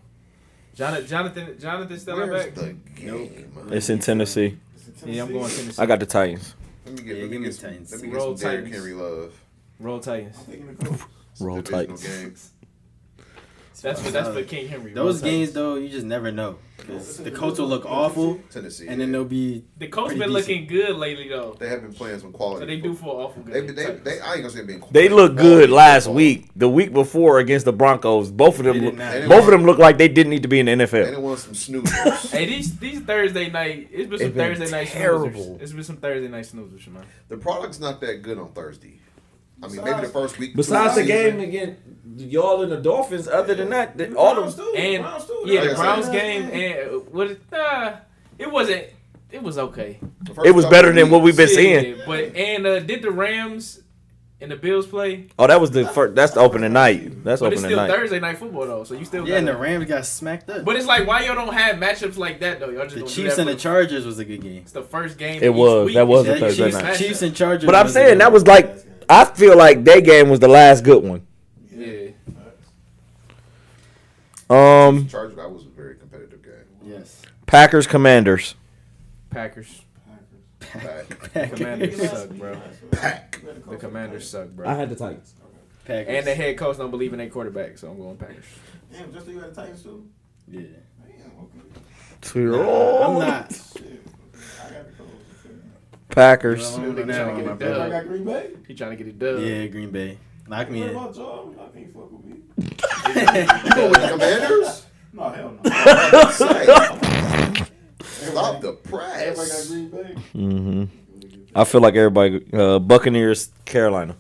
C: Jonathan, Jonathan, Jonathan still not
A: Where's
C: back.
A: the game?
B: It's in Tennessee.
C: Yeah, I'm going Tennessee.
B: I got the Tennessee.
A: Let me
D: Yeah,
A: get, let me
D: give me
A: get, some,
D: Titans.
A: let me get
C: Roll
A: some Derrick
C: Titans.
A: Henry love.
C: Roll Titans.
E: I'm thinking the coach.
A: It's a
B: Roll
A: divisional
B: Titans.
A: game.
C: That's for that's for King Henry. Roll
D: Those
C: Titans.
D: games though, you just never know. 'Cause the Colts will look awful,
A: Tennessee.
D: and then
A: yeah.
D: they'll be
C: The Colts
D: Pretty
C: been
D: decent.
C: looking good lately though,
A: they have been playing some quality.
C: so they do for awful
A: They,
C: good.
A: they, they, I ain't gonna say being.
B: They look good
A: quality
B: last
A: football.
B: week. The week before against the Broncos, both of
D: They
B: them,
D: did
B: look,
D: not.
A: They didn't
B: both of
A: want-
B: them look like they didn't need to be in the
A: They
B: NFL.
A: didn't want some snoozers.
B: <laughs>
C: Hey, these these Thursday night, it's been
B: It
C: some
B: been
C: Thursday night
B: terrible.
C: snoozers. It's been some Thursday night snoozers, man.
A: the product's not that good on Thursday. I mean, maybe
E: Besides-
A: the first week.
G: Besides the
A: season.
G: game against y'all and the Dolphins, other than that,
E: The
G: the, all
E: Browns
G: of
E: too, the
C: and-
E: Browns too, they
C: Yeah,
A: Like
C: the
A: I
E: got
A: said,
C: Browns
E: last
C: game
E: game.
C: and uh, what? it- Nah, it wasn't. It was okay.
A: The first
B: It was
A: couple
B: better than what we
A: weeks-
B: been seeing.
C: but and uh, did the Rams and the Bills play?
B: Oh, that was the first. That's the opening night. That's
C: but it's
B: opening
C: still
B: night.
C: Thursday night football though, so you still
D: yeah. And
C: gotta-
D: the Rams got smacked up.
C: But it's like why y'all don't have matchups like that though? Y'all just
D: The
C: don't
D: Chiefs
C: do
D: and
C: that
D: the
C: for-
D: Chargers was a good game.
C: It's the first game.
B: It
C: each
B: was.
C: week.
B: That was a
D: Yeah,
B: Thursday
D: Chiefs,
B: night.
D: Chiefs and Chargers.
B: But I'm
D: was a good
B: saying that
D: one.
B: was like I feel like that game was the last good one.
C: Yeah.
B: Um,
A: Chargers, that was a very competitive game.
D: yes.
B: Packers Commanders.
C: Packers.
A: Pack.
C: Commanders suck, bro.
A: Pack.
C: The Commanders suck,
G: I
C: bro.
G: had the Titans.
D: Packers.
C: And the head coach don't believe in their quarterback, so I'm going Packers.
E: Damn, just so you had the Titans too?
D: yeah.
E: Damn, okay.
D: I'm not.
C: Oh.
E: Shit. I got the Colts.
B: Packers.
D: Well, I'm
C: They
D: not
C: trying to
D: on
C: get
D: my
C: it
D: bad.
E: I
C: done.
E: got Green Bay.
C: He trying to get it done.
D: Yeah, Green Bay. Lock me
E: What
D: in.
E: about y'all? Y'all can't fuck with me.
D: <laughs>
A: You go with the
B: <laughs>
A: Commanders?
C: <laughs>
E: No, hell no.
A: Say, Stop
E: Everybody
A: the
E: everybody got
A: press.
E: Green Bay.
B: hmm I feel like everybody. Uh, Buccaneers Carolina.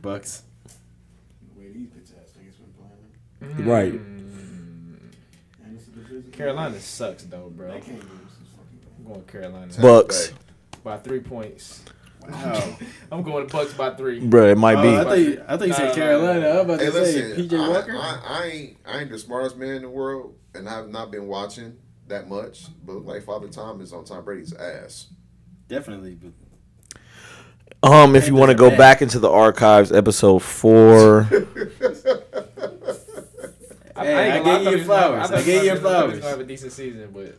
D: Bucks.
E: The way these bitch ass niggas been playing.
G: Right.
D: Mm.
E: And it's a division.
C: Carolina sucks though, bro.
E: They
C: I'm
E: can't give us this fucking game.
C: going Carolina
B: Bucks.
C: by three points.
D: Wow.
C: I'm going Bucks by three.
B: Bruh, it might
D: Oh, I
B: be.
D: thought you, I thought you
C: Nah.
D: said Carolina. I was about
A: Hey,
D: to
A: listen.
D: say PJ
A: I,
D: Walker.
A: I, I ain't I ain't the smartest man in the world, and I've not been watching that much. But look like Father Tom is on Tom Brady's ass.
D: Definitely. But
B: Um, if you want to go back into the archives, episode four.
D: Hey, I
C: ain't gonna
D: gave
C: lie, thought
D: you
C: he was
D: flowers.
C: gonna-
D: I gave you
C: thought he was
D: flowers.
C: gonna have a decent season, but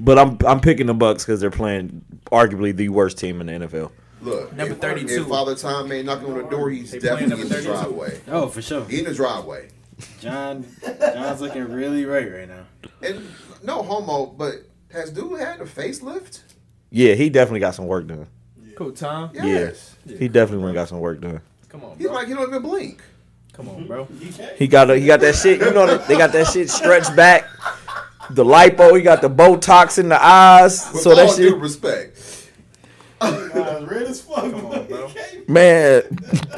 B: But I'm I'm picking the Bucks because they're playing arguably the worst team in the NFL.
A: Look,
C: Number
A: if-
C: 32.
A: If Father Tom ain't knocking on the door, he's
C: They playing
A: definitely in
C: number
A: the
C: 32.
A: driveway.
D: oh, for sure.
A: He in the driveway.
D: John, John's looking really right right now.
A: And no homo, but has dude had a facelift?
B: Yeah, he definitely got some work done.
C: cool, Tom.
A: Yes.
B: He definitely went and got some work done.
C: Come on,
A: He's
C: bro.
A: like he don't even blink.
C: Come on,
D: <laughs>
C: bro.
E: You can't.
B: He got a, he got that shit. You know that- they got that shit stretched back. The lipo, he got the Botox in the eyes.
A: With
B: So that
A: all due
B: shit,
A: respect.
C: <laughs>
E: Nah, red as fuck. Come
C: on, bro.
E: can't.
B: man.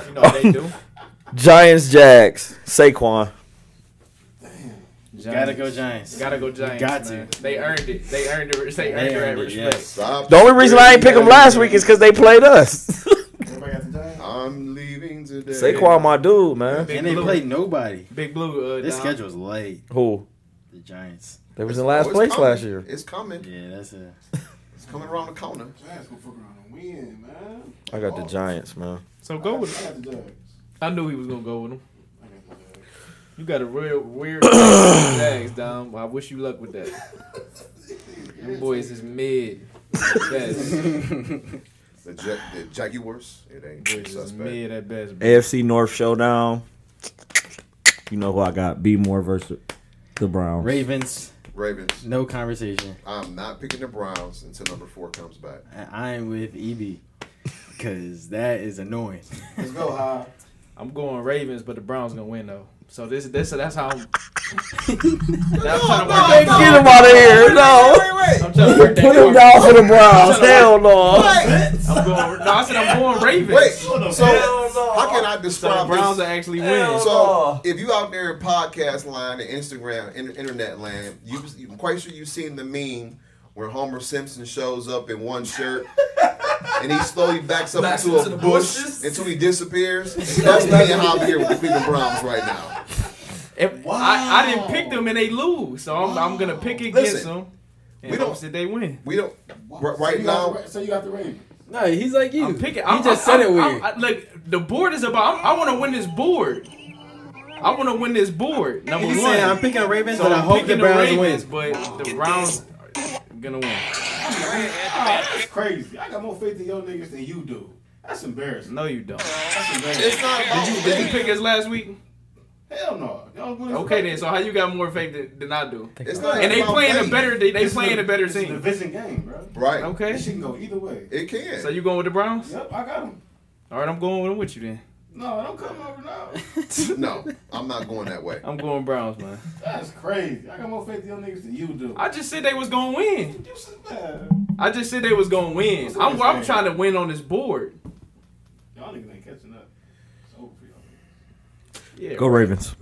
C: You know what they do.
B: Giants, Jags, Saquon.
D: Gotta go Giants.
C: Gotta go Giants.
D: Got to.
C: man. They earned it. They earned it. They earned
D: They
C: their
D: earned it,
C: respect.
D: yes.
A: Stop.
B: The only reason I ain't pick them last week is because they played us. <laughs>
E: Everybody got the Giants.
A: I'm leaving today.
B: Saquon, my dude, man.
C: Big
D: and they
C: blue.
D: played nobody.
C: Big Blue. Uh,
D: This
C: Dom.
D: schedule's late.
B: Who?
D: The Giants.
B: They was
A: It's-
B: in last
A: oh, it's
B: place
A: coming.
B: last year.
A: It's coming.
D: Yeah,
C: <laughs>
D: that's it.
A: It's coming around the corner.
E: Giants gonna fuck around and win, man.
B: I got the Giants, man.
C: So go with
E: I
C: it.
E: got the Giants.
C: I knew he was gonna go with him.
E: I got the Giants.
C: You got a real weird
D: <laughs>
C: Jags, Dom. I wish you luck with that. Them boys is mid. Yes.
A: The, Ja- the Jaguars. It ain't
C: Which is
A: suspect.
C: mid at best. bro.
F: AFC North showdown. You know who I got? B Moore versus the Browns.
D: Ravens,
A: Ravens.
D: no conversation.
A: I'm not picking the Browns until number four comes back.
D: And I'm with EB because that is annoying.
E: Let's go, high.
C: I'm going Ravens, but the Browns gonna win though. So this this that's how. I'm, that's how I'm trying to work that-
H: Get him out of here. No.
C: I'm trying to work that
H: Put him
C: card.
H: down for the Browns. Hell no.
C: I'm going. No, I said I'm going Ravens.
A: Wait, so how can I
C: So the
A: describe
C: Browns
A: this?
C: are actually
B: Hell
C: winning.
B: no.
C: So
A: So if you out there in podcast land, and Instagram, in, internet land, you, I'm quite sure you've seen the meme where Homer Simpson shows up in one shirt and he slowly backs up
B: Backs
A: into
B: into
A: a
B: the
A: bush
B: bushes.
A: until he
C: <laughs>
A: disappears. That's me and Hobby here with the Cleveland Browns right now.
C: if, I, I didn't pick them and they lose, so I'm, I'm gonna pick against
A: Listen,
C: them. And
A: we
C: we
A: don't-
C: don't that they win.
A: We don't r-
E: so
A: right
E: you got
A: now.
E: the Ra- so you got the Ravens.
D: <laughs> No, he's like you.
C: I'm picking.
D: He
C: I'm,
D: just
C: I'm-
D: said it
C: I'm-
D: weird.
C: I'm- look, the board is about. I'm, I want to win this board. I want to win this board. Number
D: He
C: one.
D: said, I'm picking Ravens,
C: so
D: but I
C: I'm
D: hope the
C: picking
D: Browns
C: Ravens,
D: win.
C: but the Browns are gonna win.
E: Oh, That's crazy. I got more faith in your niggas than you do. That's embarrassing.
C: No, you don't.
E: That's
A: It's
E: embarrassing.
A: not about
C: Did you
A: faith.
C: pick us last week?
E: Hell no. Y'all wouldn't-
C: Okay, then. So how you got more faith than, than I do?
A: It's not
C: And they
A: about
C: playing a
A: faith.
C: better. They, they
E: This is
C: playing a better
E: this is a
C: team.
E: Division game, bro.
A: right.
E: It
C: Okay.
E: shit can go either way.
A: It can.
C: So you going with the Browns?
E: Yep, I got him.
C: All right, I'm going with you then.
E: No, don't come over now.
A: no, I'm not going that way.
C: I'm going Browns,
E: <laughs>
C: man.
E: That's crazy. I got more faith in your niggas than you do.
C: I just said they was gonna win.
E: you said, man,
C: I just said they was gonna win. I'm, I'm trying to win on this board.
E: y'all niggas ain't catching up. It's over for y'all. <laughs>
C: Yeah.
F: Go Ravens.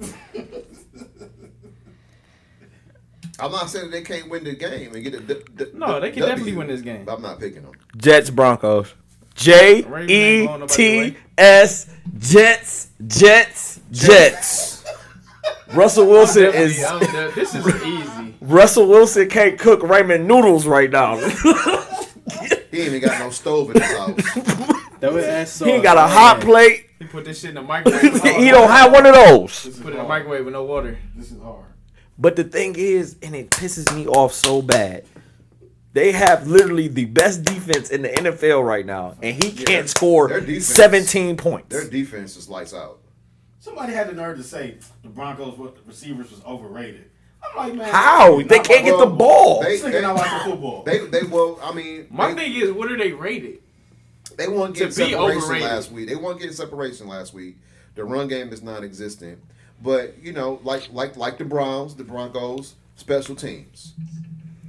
A: I'm not saying they can't win the game and get a. D- d-
C: No, they can
A: W,
C: definitely win this game.
A: but I'm not picking them.
H: Jets Broncos. J
C: Ravens ain't
H: E
C: going nobody
H: T S Jets Jets Jets. Russell Wilson is
C: Yeah,
H: <laughs>
C: I'm done. this is easy.
H: Russell Wilson can't cook ramen noodles right now. <laughs>
A: He ain't even got no stove in his
C: <laughs>
A: house.
D: That was ass
H: he ain't got a hot plate.
C: He put this shit in the microwave. with no
H: <laughs> he don't have one of those.
E: This is
C: Put it in the
E: hard.
C: microwave with no water.
E: This is hard.
H: But the thing is, and it pisses me off so bad. They have literally the best defense in the NFL right now, and he can't
A: Their
H: score
A: defense-
H: 17 points.
A: Their defense is lights out.
E: Somebody had the nerve to say the Broncos with the receivers was overrated. I'm like, man,
H: How?
E: this nigga
H: They
E: not
H: can't get the
E: watching
H: ball.
E: This nigga not watching football.
A: They they well, I mean,
C: My
A: they,
C: thing is, what are they rated?
A: they won't
C: to
A: get
C: be
A: separation
C: overrated.
A: last week. They won't get separation last week. The run game is non-existent. But you know, like like like the Browns, the Broncos, special teams,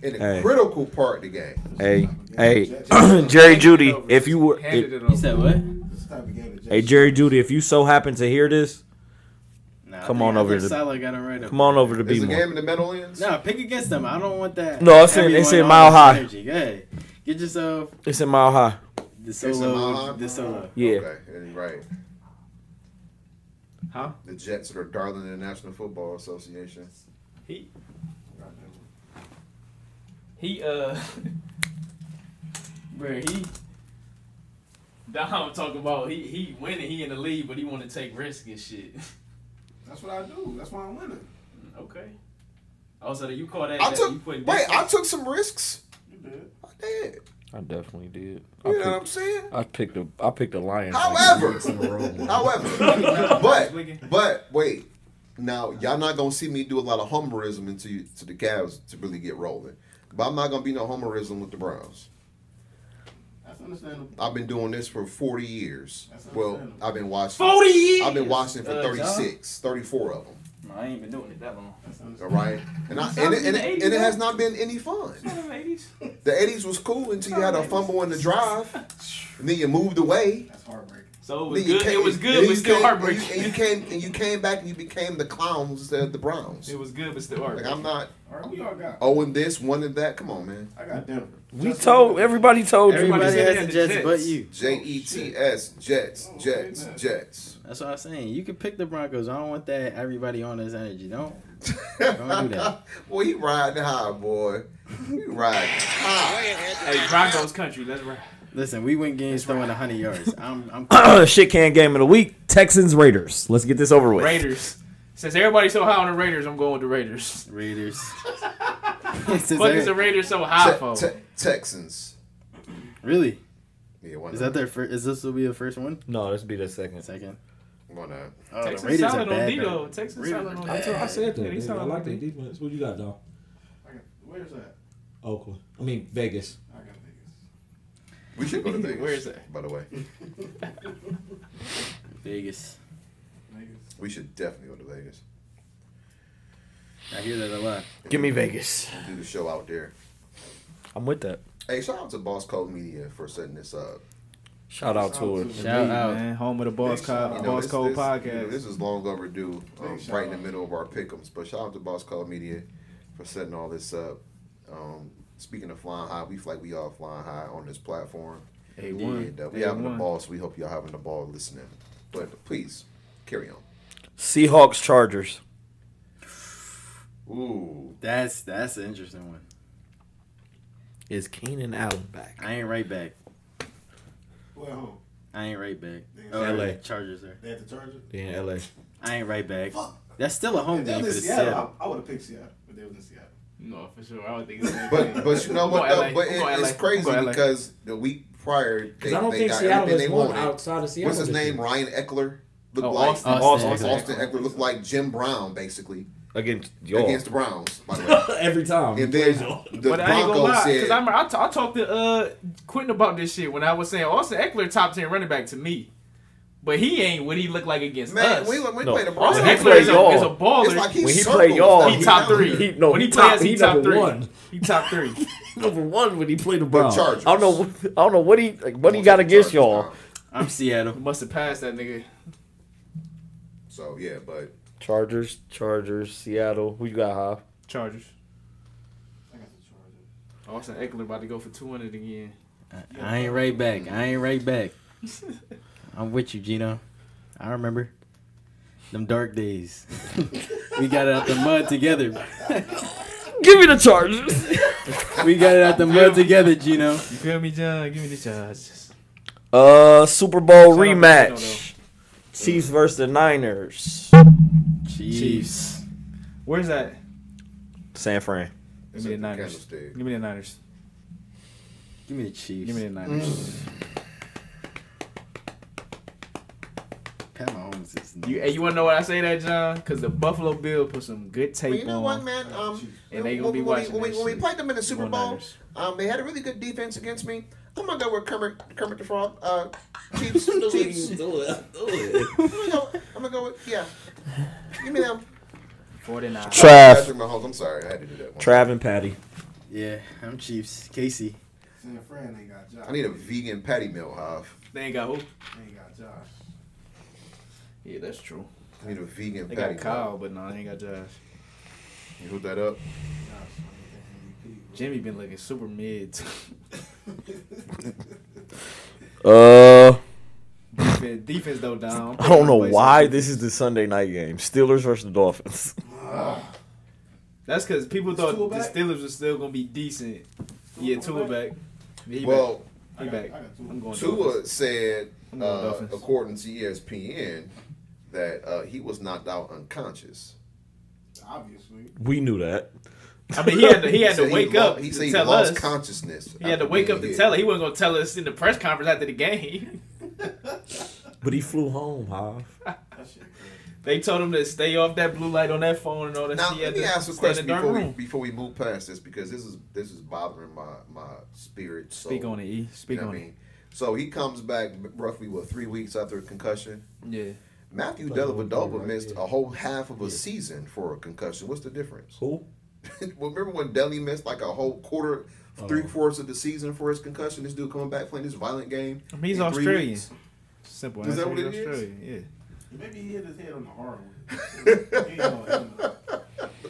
A: in a
H: Hey.
A: critical part of the game.
H: Hey, hey, <clears throat> Jerry Judy, if you were,
C: handed it
D: You
C: over.
D: said what?
E: This type of game that
F: Hey Jerry Judy, if you so happen to hear this,
D: Nah, I
H: Come
D: think-
H: on
D: I
H: over
D: think
H: to-
D: Salah got him right up.
F: come on over to B
A: Is the
F: Moore.
A: game in the Meadowlands?
D: No, pick against them. I don't want that.
H: No, it's in- it's in
D: Everyone
H: Mile
D: all this
H: High.
D: Energy. Go ahead. Get yourself
H: It's in mile high.
D: the
A: in Mile
D: solo.
A: High?
D: The solo.
H: Yeah.
A: Okay, and right.
C: Huh?
A: The Jets are darling of the National Football Association.
C: He. He, uh. <laughs> Bruh, he. Dom talking about he he winning, he in the lead, but he want to take risk and shit. <laughs>
E: That's what I do. That's why I'm winning.
C: Okay. Also, Oh, you call that?
A: I
C: that you
A: took
C: putting
A: wait.
C: this-
A: I took some risks.
E: You did.
A: I did.
F: I definitely did.
A: You know what I'm saying?
C: <laughs>
F: I picked a I picked a lion.
A: However, however,
C: Wigan.
A: but but wait. Now y'all not gonna see me do a lot of homerism into you, to the Cavs to really get rolling. But I'm not gonna be no homerism with the Browns.
E: That's understandable.
A: I've been doing this for 40 years.
E: That's
A: Well,
E: understandable.
A: I've been watching.
C: Forty years.
A: I've been watching for
C: Uh,
A: 36, 34 of them.
C: John? No, I ain't been doing it that long.
E: That's
A: All
E: understandable.
A: right, and I and it, and, it, and it has not been any fun.
C: Ladies.
A: The 80s was cool until you had a fumble in the drive, and then you moved away.
E: That's heartbreaking.
C: So it was
A: Then you
C: good.
A: came-
C: It was
A: then
C: good,
A: you
C: but still
A: came-
C: heartbreaking.
A: And you,
C: <laughs>
A: and you came and you came back and you became the clowns instead of the Browns.
C: It was good, but still
A: Like
C: heartbreaking.
A: I'm not
E: All right, we all got.
A: owing this, one and that. Come on,
C: Oh,
A: man.
E: I got Denver.
H: We told everybody told you.
D: Everybody
C: said they
D: has
C: had
D: the
C: the
D: Jets,
C: Jets.
D: but you.
A: J E T S
C: Oh,
A: Jets Jets Jets.
D: That's what I'm saying. You can pick the Broncos. I don't want that. Everybody on this energy. Don't. Don't do that.
A: <laughs> Boy, he riding high, boy. He riding high.
C: Hey, Broncos country, let's ride.
D: Listen, we win games throwing
C: <laughs>
D: 100 yards. I'm.
H: <clears throat>
D: I'm
F: Shit can game of the week. Texans Raiders. Let's get this over with.
C: Raiders. Since everybody's so high on the Raiders, I'm going with the Raiders.
D: Raiders. Since
C: <laughs> Fuck is
D: every-
C: the Raiders so high
A: Te- Oh,
C: for?
A: te- Texans
D: Really?
A: Yeah, one
D: Is that their first? Is this will be the first one?
H: No, this be the second.
D: Second.
A: one nine.
D: Oh,
C: Texas
D: the Raiders are
C: solid on
D: bad.
C: D though.
D: though.
C: Texas
D: Raiders
C: solid
D: are
C: on
D: bad.
C: D.
F: That's what I said.
C: Yeah,
F: That.
C: they
F: nigga.
C: sound
F: I like
C: like
F: their
C: they-
F: defense. What you got, though?
E: I got- Where's that?
F: Oakland. I mean, Vegas.
E: I got Vegas.
A: We should go to Vegas.
C: <laughs> Where is that?
A: By the way,
D: Vegas.
E: Vegas.
A: we should definitely go to Vegas.
D: I hear that a lot.
H: Give me Vegas.
A: Do the show out there.
H: I'm with that.
A: Hey, shout out to Boss Code Media for setting this up.
H: Shout out
E: Shout
H: to
E: out
H: her.
E: to-
D: Shout
C: Indeed,
D: out.
C: man. Home of the Boss
E: Big
C: Code
E: shout
A: You
E: out.
A: know,
C: Uh, Boss
A: this-
C: Code
A: this- you know, this
C: Podcast.
A: is long overdue, um,
E: Big shout
A: right in the
E: out.
A: middle of our pickums. But shout out to Boss Call Media for setting all this up. Um, speaking of flying high, we feel like we all flying high on this platform.
C: A
A: And
C: one.
A: uh, we having a ball, so we hope y'all having a ball listening. But please carry on.
H: Seahawks Chargers.
A: Ooh,
D: That's that's an interesting one.
H: Is Keenan Allen back?
D: I ain't right back.
E: Who at home?
D: I ain't right back.
E: They-
D: Oh,
H: LA.
D: Chargers are.
E: They had to charge it?
H: Yeah, in LA.
D: I ain't right back.
E: Fuck.
D: That's still a home
E: If they
D: game
E: was
D: for
E: in
D: the
E: Seattle,
D: Seattle.
E: I, I would have picked Seattle, but they was in Seattle.
C: No, for sure. I would think. it's like-
A: but but you know
C: I'm
A: what?
C: going
A: Though,
C: LA.
A: but
C: I'm
A: it,
C: going
A: it's
C: LA.
A: crazy
C: I'm going LA.
A: because the week prior they,
F: Because I don't
A: they
F: think
A: got
F: Seattle
A: everything
F: is
A: they
F: one
A: wanted.
F: outside of Seattle.
A: What's his
F: this
A: name?
F: year.
A: Ryan Eckler. Look,
C: Oh,
A: Austin,
D: Austin
A: Austin, Austin,
D: Eckler.
A: Eckler looked like Jim Brown basically
H: Against y'all.
A: against the Browns. By the
H: <laughs>
A: way.
F: Every time.
A: And then the
C: but I ain't gonna
A: Broncos
C: lie, because
A: said,
C: I, remember I, t- I talked to uh, Quentin about this shit when I was saying Austin Eckler top ten running back to me, but he ain't what he looked like against
A: "Man,
C: us.
A: we, we
H: No.
A: play the Broncos."
C: Austin
H: When he
C: Eckler is a,
H: y'all,
C: is a baller.
A: it's like he
H: when he
A: circled
H: played
A: us.
H: y'all,
A: Like,
C: he top
A: down
C: three.
A: here.
H: He- no,
C: when he,
H: he
C: plays,
F: top-
C: he,
F: he
C: top
F: number
C: three.
F: one.
C: He top three.
H: number one when he played the
A: The
H: Browns.
A: Chargers.
H: I don't know. What, I don't know what he like, what he
A: Almost
H: got
A: the
H: against
A: Chargers
H: y'all.
A: now.
D: I'm Seattle.
C: Must have passed that nigga.
A: So yeah, but
H: Chargers, Chargers, Seattle. Who you got, Hop?
C: Chargers.
E: I got the Chargers.
C: Austin Eckler about to go for two hundred again.
D: I, I ain't right back. I ain't right back. I'm with you, Gino. I remember them dark days. <laughs> we got it out the mud together.
H: Give me the Chargers. <laughs>
D: We got it out the mud together, Gino.
C: You feel me, John? Give me the Chargers.
H: uh, Super Bowl
C: Shout out to
H: rematch. Chiefs versus the Niners.
D: Chiefs.
C: Where's that?
H: San Fran.
A: it's
C: Give me the
A: at the
C: Niners.
A: candlestick.
C: Give me the Niners.
D: Give me the Chiefs.
C: Give me the Niners.
A: Mm.
D: Pat Mahomes is.
C: You, hey, you wanna know why I say that, John? Because the Buffalo Bill put some good tape
A: But you know
C: on.
A: what, man?
E: Oh,
A: Um,
C: And they gonna
A: when,
C: be
A: we- when
C: watching
A: we, when, we,
C: that
A: when we
C: shit.
A: played them in the Super
C: Go
A: Bowl,
C: Niners.
A: um, they had a really good defense against me. I'm gonna go with Kermit, Kermit the Frog, uh, <laughs> Chiefs, Chiefs. I'm gonna go. I'm gonna go with yeah. Give me them.
C: 49.
H: Trav,
A: Patrick Mahomes. I'm sorry, I had to do that
H: <laughs>
A: one.
H: Trav and Patty.
D: Yeah, I'm Chiefs. Casey.
E: San Fran ain't got Josh.
A: I need a vegan patty melt, Hov.
C: They ain't got who?
E: They ain't got Josh.
C: Yeah, that's true.
A: I need a vegan
C: They
A: patty
C: got Kyle, but no, they ain't got Josh.
A: melt. You hook that up.
E: Josh. I think that's
C: Jimmy been looking super mid. <laughs> too.
H: Uh,
C: defense, defense though down.
H: I don't know why this is the Sunday night game. Steelers versus the Dolphins.
C: That's because people
E: Is
C: thought
E: Tua
C: the
E: back?
C: Steelers was still gonna be decent. Yeah, Tua back. He
A: Well,
E: MVP. I
C: back.
E: got-
C: He
E: I
C: back.
E: got
C: I'm
E: two.
C: going Tua.
A: Tua said,
C: I'm going
A: uh,
C: Dolphins.
A: according to ESPN, that uh, he was knocked out unconscious.
E: Obviously.
H: <laughs> We knew that.
C: I mean, he had to, he had
A: said
C: to wake
A: lo- <laughs>
C: up
A: He said
C: to
A: he
C: tell
A: lost
C: us.
A: consciousness.
C: He had to wake up to tell us. He wasn't gonna tell us in the press conference after the game.
H: But he flew home, Hov.
E: That shit crazy.
C: they told him to stay off that blue light on that phone and all that.
A: Now
C: shit. He
A: let
C: had
A: me
C: to
A: ask a
C: stay in
A: question
C: the dark
A: before we,
C: room.
A: before we move past this because this is this is bothering my my spirit. So,
C: Speak on it, E.
A: you
C: Speak
A: know what
C: on
A: I
C: it.
A: mean? So he comes back roughly what three weeks after a concussion.
C: Yeah.
A: Matthew
F: Played the whole
A: Dellavedova
F: year, right?
A: missed
F: oh, Yeah.
A: a whole half of a season for a concussion. What's the difference?
F: Who?
A: <laughs> Well, remember when Delhi missed like a whole quarter,
F: Oh.
A: three quarters of the season for his concussion? This dude coming back playing this violent game.
C: I mean, he's
A: in three
C: Australian.
A: weeks?
C: Simple.
A: Is that
C: answer,
A: what
C: he's
A: it is?
C: Australian. Yeah.
E: Maybe he hit his head on the hardwood. He ain't no animal.
C: <laughs>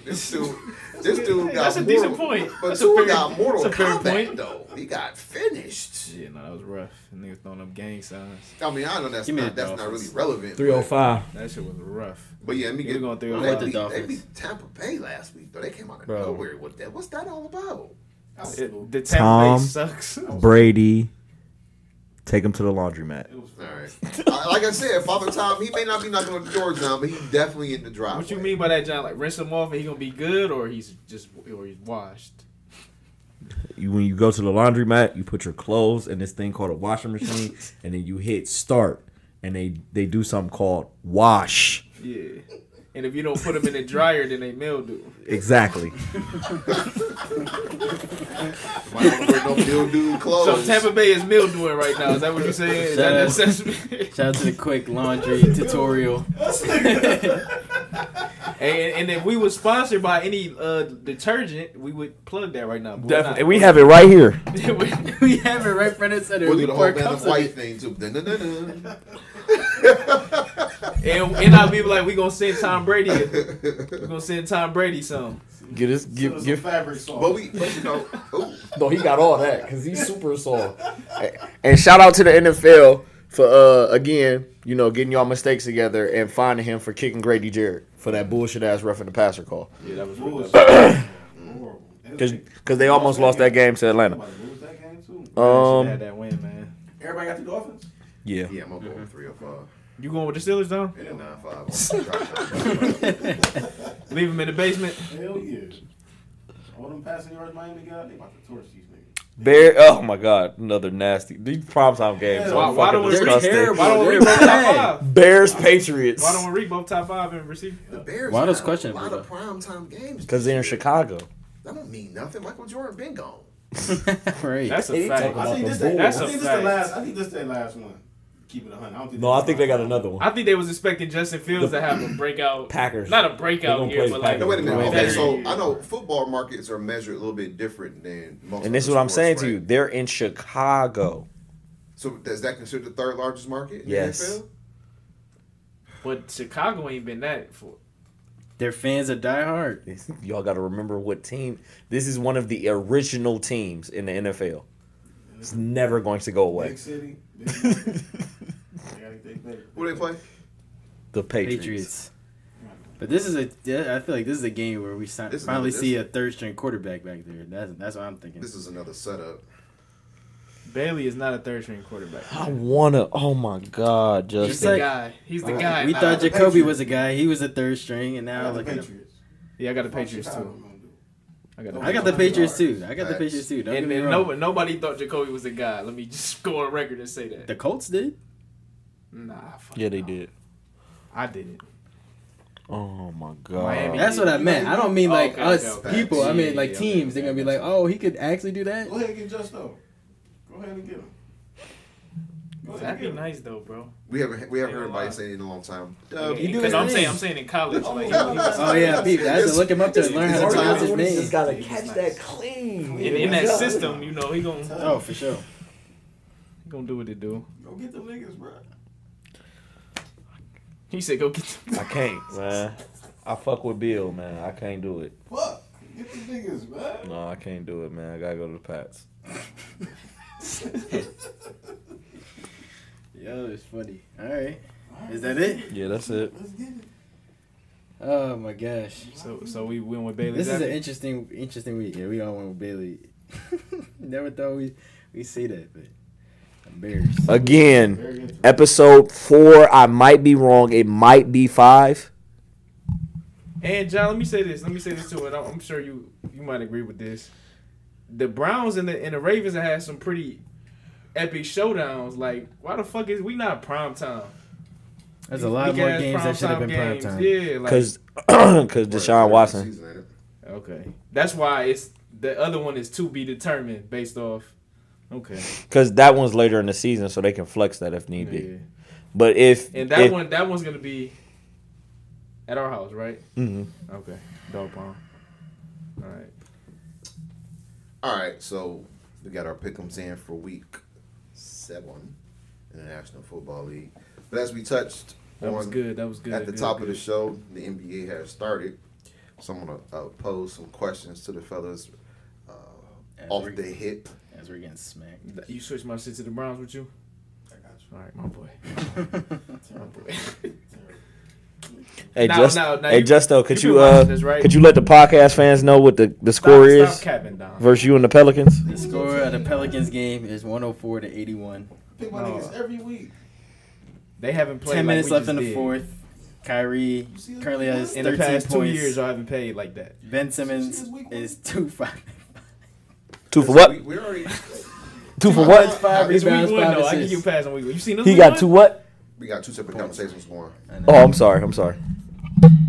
A: This dude, this dude
C: Hey,
A: got
C: that's a
A: mortal,
C: decent point.
A: But
C: That's a
A: Tua
C: fair-
A: got mortal
C: that's a fair
A: combat
C: point.
A: though. He got finished.
C: Yeah, no, that was rough. Niggas throwing up gang signs.
A: I mean, I know that's
D: Give me
A: not
D: the
A: that's not really
D: Dolphins.
A: relevant.
F: Three oh five.
C: That shit was rough.
A: But, but yeah, let me
C: Yeah,
A: get
C: we going
A: They,
C: 305.
A: beat, they
D: Dolphins.
A: beat Tampa Bay last week though. They came out of
H: Bro.
A: nowhere with that. What's that all about?
C: It, the
F: Tom.
C: Tampa
A: <laughs>
C: Bay sucks. <laughs>
F: Brady. Take him to the laundromat.
E: It was
A: All
E: fun.
A: right, I- <laughs> like I said, Father Tom, he may not be knocking on the door now, but he's definitely in the driveway.
C: What you mean by that, John? Like rinse him off and he gonna be good, or he's just or he's washed?
F: You, when you go to the laundromat, you put your clothes in this thing called a
H: <laughs>
F: washing machine, and then you hit start, and they they do something called wash.
C: Yeah. And if you don't put them in the dryer, then
A: <laughs>
C: they mildew.
F: Exactly.
A: Why don't wear no <laughs> mildew
C: So
A: clothes?
C: Tampa Bay is mildewing right now. Is that what you're saying? Is that an assessment?
D: Shout out to the quick laundry tutorial. <laughs>
C: and, and if we were sponsored by any uh, detergent, we would plug that right now. but we're
B: Definitely.
C: not.
B: And we have it right here.
C: We-
D: we have it right front and center.
A: we'll do the whole
D: Four
A: band
D: cups
A: of
D: of
A: white
D: it.
A: thing too. Dun, dun, dun, dun.
C: <laughs> and and I'll be like, we gonna send Tom Brady. We're gonna send Tom Brady some.
B: Get his
E: Give,
B: give
E: some
B: give.
E: fabric sauce.
A: But we, but you <laughs> know, ooh,
B: No, he got all that because he's super soft. And shout out to the NFL for uh again, you know, getting y'all mistakes together and finding him for kicking Grady Jarrett for that bullshit ass roughing the passer call
C: Yeah, that was
E: Rules. Horrible.
B: because they almost lost that game to Atlanta.
E: Somebody lose that game too.
B: Um,
C: that win, man.
E: Everybody got the Dolphins.
B: yeah.
A: yeah, I'm gonna go with three or five.
C: You going with the Steelers though?
A: And a nine five.
C: Leave him in the basement.
E: Hell yeah. All them passing yards Miami got, they about to torch these niggas.
B: Bear. Oh my God, another nasty. These prime time games
E: Yeah,
B: are
C: Why, why
B: fucking
C: don't we reach
B: disgusting.
C: Why don't we
D: They're
C: reach both top
D: bad.
C: five?
B: Bears Patriots.
C: Why don't we reach both top five and receive?
A: The Bears.
D: Why those
A: got
D: questions,
A: A lot
D: bro?
A: of prime time games.
B: Because they're in Chicago.
A: That don't mean nothing. Michael Jordan been gone.
D: <laughs> right.
C: That's a
B: Hey,
C: fact.
B: talk
E: I
B: About
E: think
B: the
E: this,
B: Bulls.
E: I
C: That's a
E: think this
C: fact.
E: the last. I think this their last one. Keep it a hundred. I don't think.
F: <laughs> No, I think they got another one.
C: I think there was expecting Justin Fields to have a breakout.
F: Packers.
C: Not a
F: They
C: breakout
F: gonna
C: year,
F: play
C: but
F: the
C: like.
A: Now, wait a minute.
F: Wait,
A: Okay,
C: better
A: so
C: year.
A: I know football markets are measured a little bit different than most.
B: And this is
A: other
B: what I'm saying
A: sports,
B: to you.
A: right?
B: They're in Chicago.
A: So does that consider the third largest market? In
B: Yes.
A: The NFL?
C: But Chicago ain't been that for.
D: Their fans are diehard.
B: This- Y'all got to remember what team. This is one of the original teams in the NFL. It's never going to go away. <laughs>
E: Big city. Big market. They gotta think better.
A: Who they play?
B: The Patriots.
D: Patriots. But this is a. yeah, I feel like this is a game where we si-
A: This is-
D: finally
A: this-
D: see a third string quarterback back there. That's that's what I'm thinking.
A: This is another setup.
C: Bailey is not a third string quarterback.
B: I wanna. Oh my God,
C: He's
B: Justin.
C: the
D: like-
C: guy. He's the
E: Uh,
C: guy.
D: we
C: now.
D: thought
E: the
D: Jacoby
E: Patriots.
D: was a guy. He was a third string, and
E: I
D: now
E: got the
D: look at him.
E: Patriots.
C: Yeah, I got the
E: From
C: Patriots
E: Chicago,
C: too.
E: I'm gonna do it.
C: I got the
D: I got
C: Patriots.
D: the Patriots too. I got the
A: Facts.
D: Patriots too. Don't get
C: And,
D: me
C: and
D: wrong.
C: no, nobody thought Jacoby was a guy. Let me just <laughs> go on record and say that.
D: the Colts did.
C: Nah, fuck
B: yeah, they
C: no.
B: did.
C: I didn't.
B: Oh my God.
C: Miami.
D: That's what I meant. I don't mean like
C: Okay,
D: us
C: okay,
A: okay.
D: people. I mean like
C: Yeah, okay,
D: teams. They're gonna be like, oh, he could actually do that.
E: Go ahead and get Just though. Go ahead and get him. Go ahead
C: That'd
E: and get
C: be
E: him.
C: nice though, bro.
A: We haven't we haven't
C: They
A: heard
C: don't lie.
A: anybody say it in a long time.
D: Oh, You do
C: Because
D: his
C: I'm saying,
D: thing.
C: I'm saying in college, like he-
D: <laughs> Oh yeah, people. I had to look him up to learn how to
A: it's a
D: pronounce his
A: time.
D: name.
B: gotta catch that clean.
C: in, in that system, you know, he gonna
D: Oh, for sure.
C: he gonna do what he do. <laughs>
E: Go get them niggas, bro.
C: He said, "Go get."
B: I
C: Them.
B: can't, man. I fuck with Bill, man. I can't do it.
E: Fuck. Get them niggas, <laughs> man.
B: No, I can't do it, man. I gotta go to the Pats.
D: Yo, it's funny. All right, is
A: <laughs>
D: that it?
B: Yeah, that's it.
E: Let's get it.
D: Oh my gosh.
C: So, so we win with Bailey.
D: This is an
C: Zappi.
D: interesting, interesting week. Yeah, we all went with Bailey. <laughs> Never thought we we see that, but embarrassed.
B: Again,
E: Very interesting.
B: episode four. I might be wrong. It might be five.
C: And John, let me say this. Let me say this too, and I'm, I'm sure you you might agree with this. The Browns and the and the Ravens have had some pretty epic showdowns. Like, why the fuck is we not prime time?
D: There's a lot
C: Big
D: more
C: ass
D: games that should have
C: primetime
D: been prime
C: games.
D: time.
C: Yeah, like
B: Cause, <clears throat> cause Deshaun Watson.
C: Okay. That's why it's the other one is to be determined based off. Okay.
B: Because that one's later in the season, so they can flex that if need be.
C: Yeah.
B: But if
C: And that
B: if-
C: one that one's gonna be at our house, right?
B: Mhm.
C: Okay. Dog pound. All right.
A: All right, so we got our pickums in for week seven in the National Football League. But as we touched
C: That was good. That was good.
A: at the
C: good,
A: top
C: good.
A: of the show, the NBA has started. So I'm gonna uh, pose some questions to the fellas uh,
D: As
A: off
D: we-
A: the hip.
D: As we're getting smacked.
C: You switched my shit to the Browns with you?
E: I got you.
C: All right, my boy. <laughs> My
E: Terrible.
C: boy.
E: Terrible.
B: hey
C: Now-
B: just
C: now- now
B: hey
C: you-
B: Justo, could
C: you
B: you,
C: been watching
B: uh
C: this, right?
B: could you let the podcast fans know what the, the score
C: stop,
B: is
C: Stop capping down.
B: versus you and the Pelicans?
D: <laughs> The score of the Pelicans game is 104 to 81.
E: Pick my
C: No.
E: niggas every week.
C: They haven't played.
D: Ten
C: like
D: minutes
C: we
D: left
C: just
D: in the
C: did.
D: fourth. Kyrie
E: You see this
D: currently
E: week
D: has
E: one?
C: In
D: 13
C: the past two uh,
D: points.
C: years, I haven't paid like that.
D: Ben
E: See
D: Simmons
E: this week one?
D: is two five.
B: Two for what?
A: We, we already
B: Two for what?
C: Five it's
D: rebounds,
C: week one,
D: five
C: though. I give
D: assists.
C: you a pass on week one. You seen this
B: He
C: week
B: got
C: one?
B: two what?
A: we got two separate conversations going.
B: Oh, I'm sorry. I'm sorry.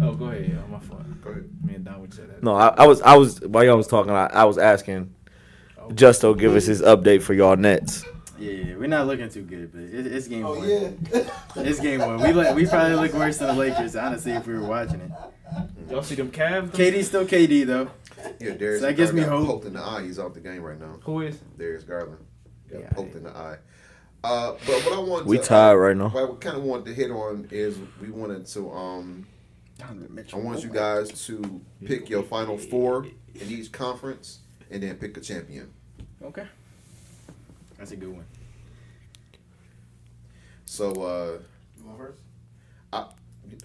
C: Oh, go ahead. Yeah, my fault.
A: Go ahead.
C: Me and Don would say that.
B: No, I, I was I was while y'all was talking, I, I was asking
C: Oh.
B: Justo give us his update for y'all Nets.
D: Yeah, we're not looking too good, but it, it's game one.
E: Oh yeah.
D: <laughs> It's game one. We look, we probably look worse than the Lakers, honestly, if we were watching it.
A: Mm.
C: Y'all see them Cavs? though?
D: KD's still KD though.
A: Yeah, Darius
D: So that gives me
A: Garland got
D: hope.
A: poked in the eye. He's off the game right now.
C: Who is?
A: Darius Garland got
D: Yeah,
A: poked in the eye. Uh, but what I want
B: We
A: to, uh,
B: tied right now.
A: What I kind of wanted to hit on is we wanted to um
D: Donovan
A: I
D: Mitchell.
A: want you guys to pick your final four in each conference and then pick a champion.
D: Okay. That's a good one.
A: So uh
E: You want first?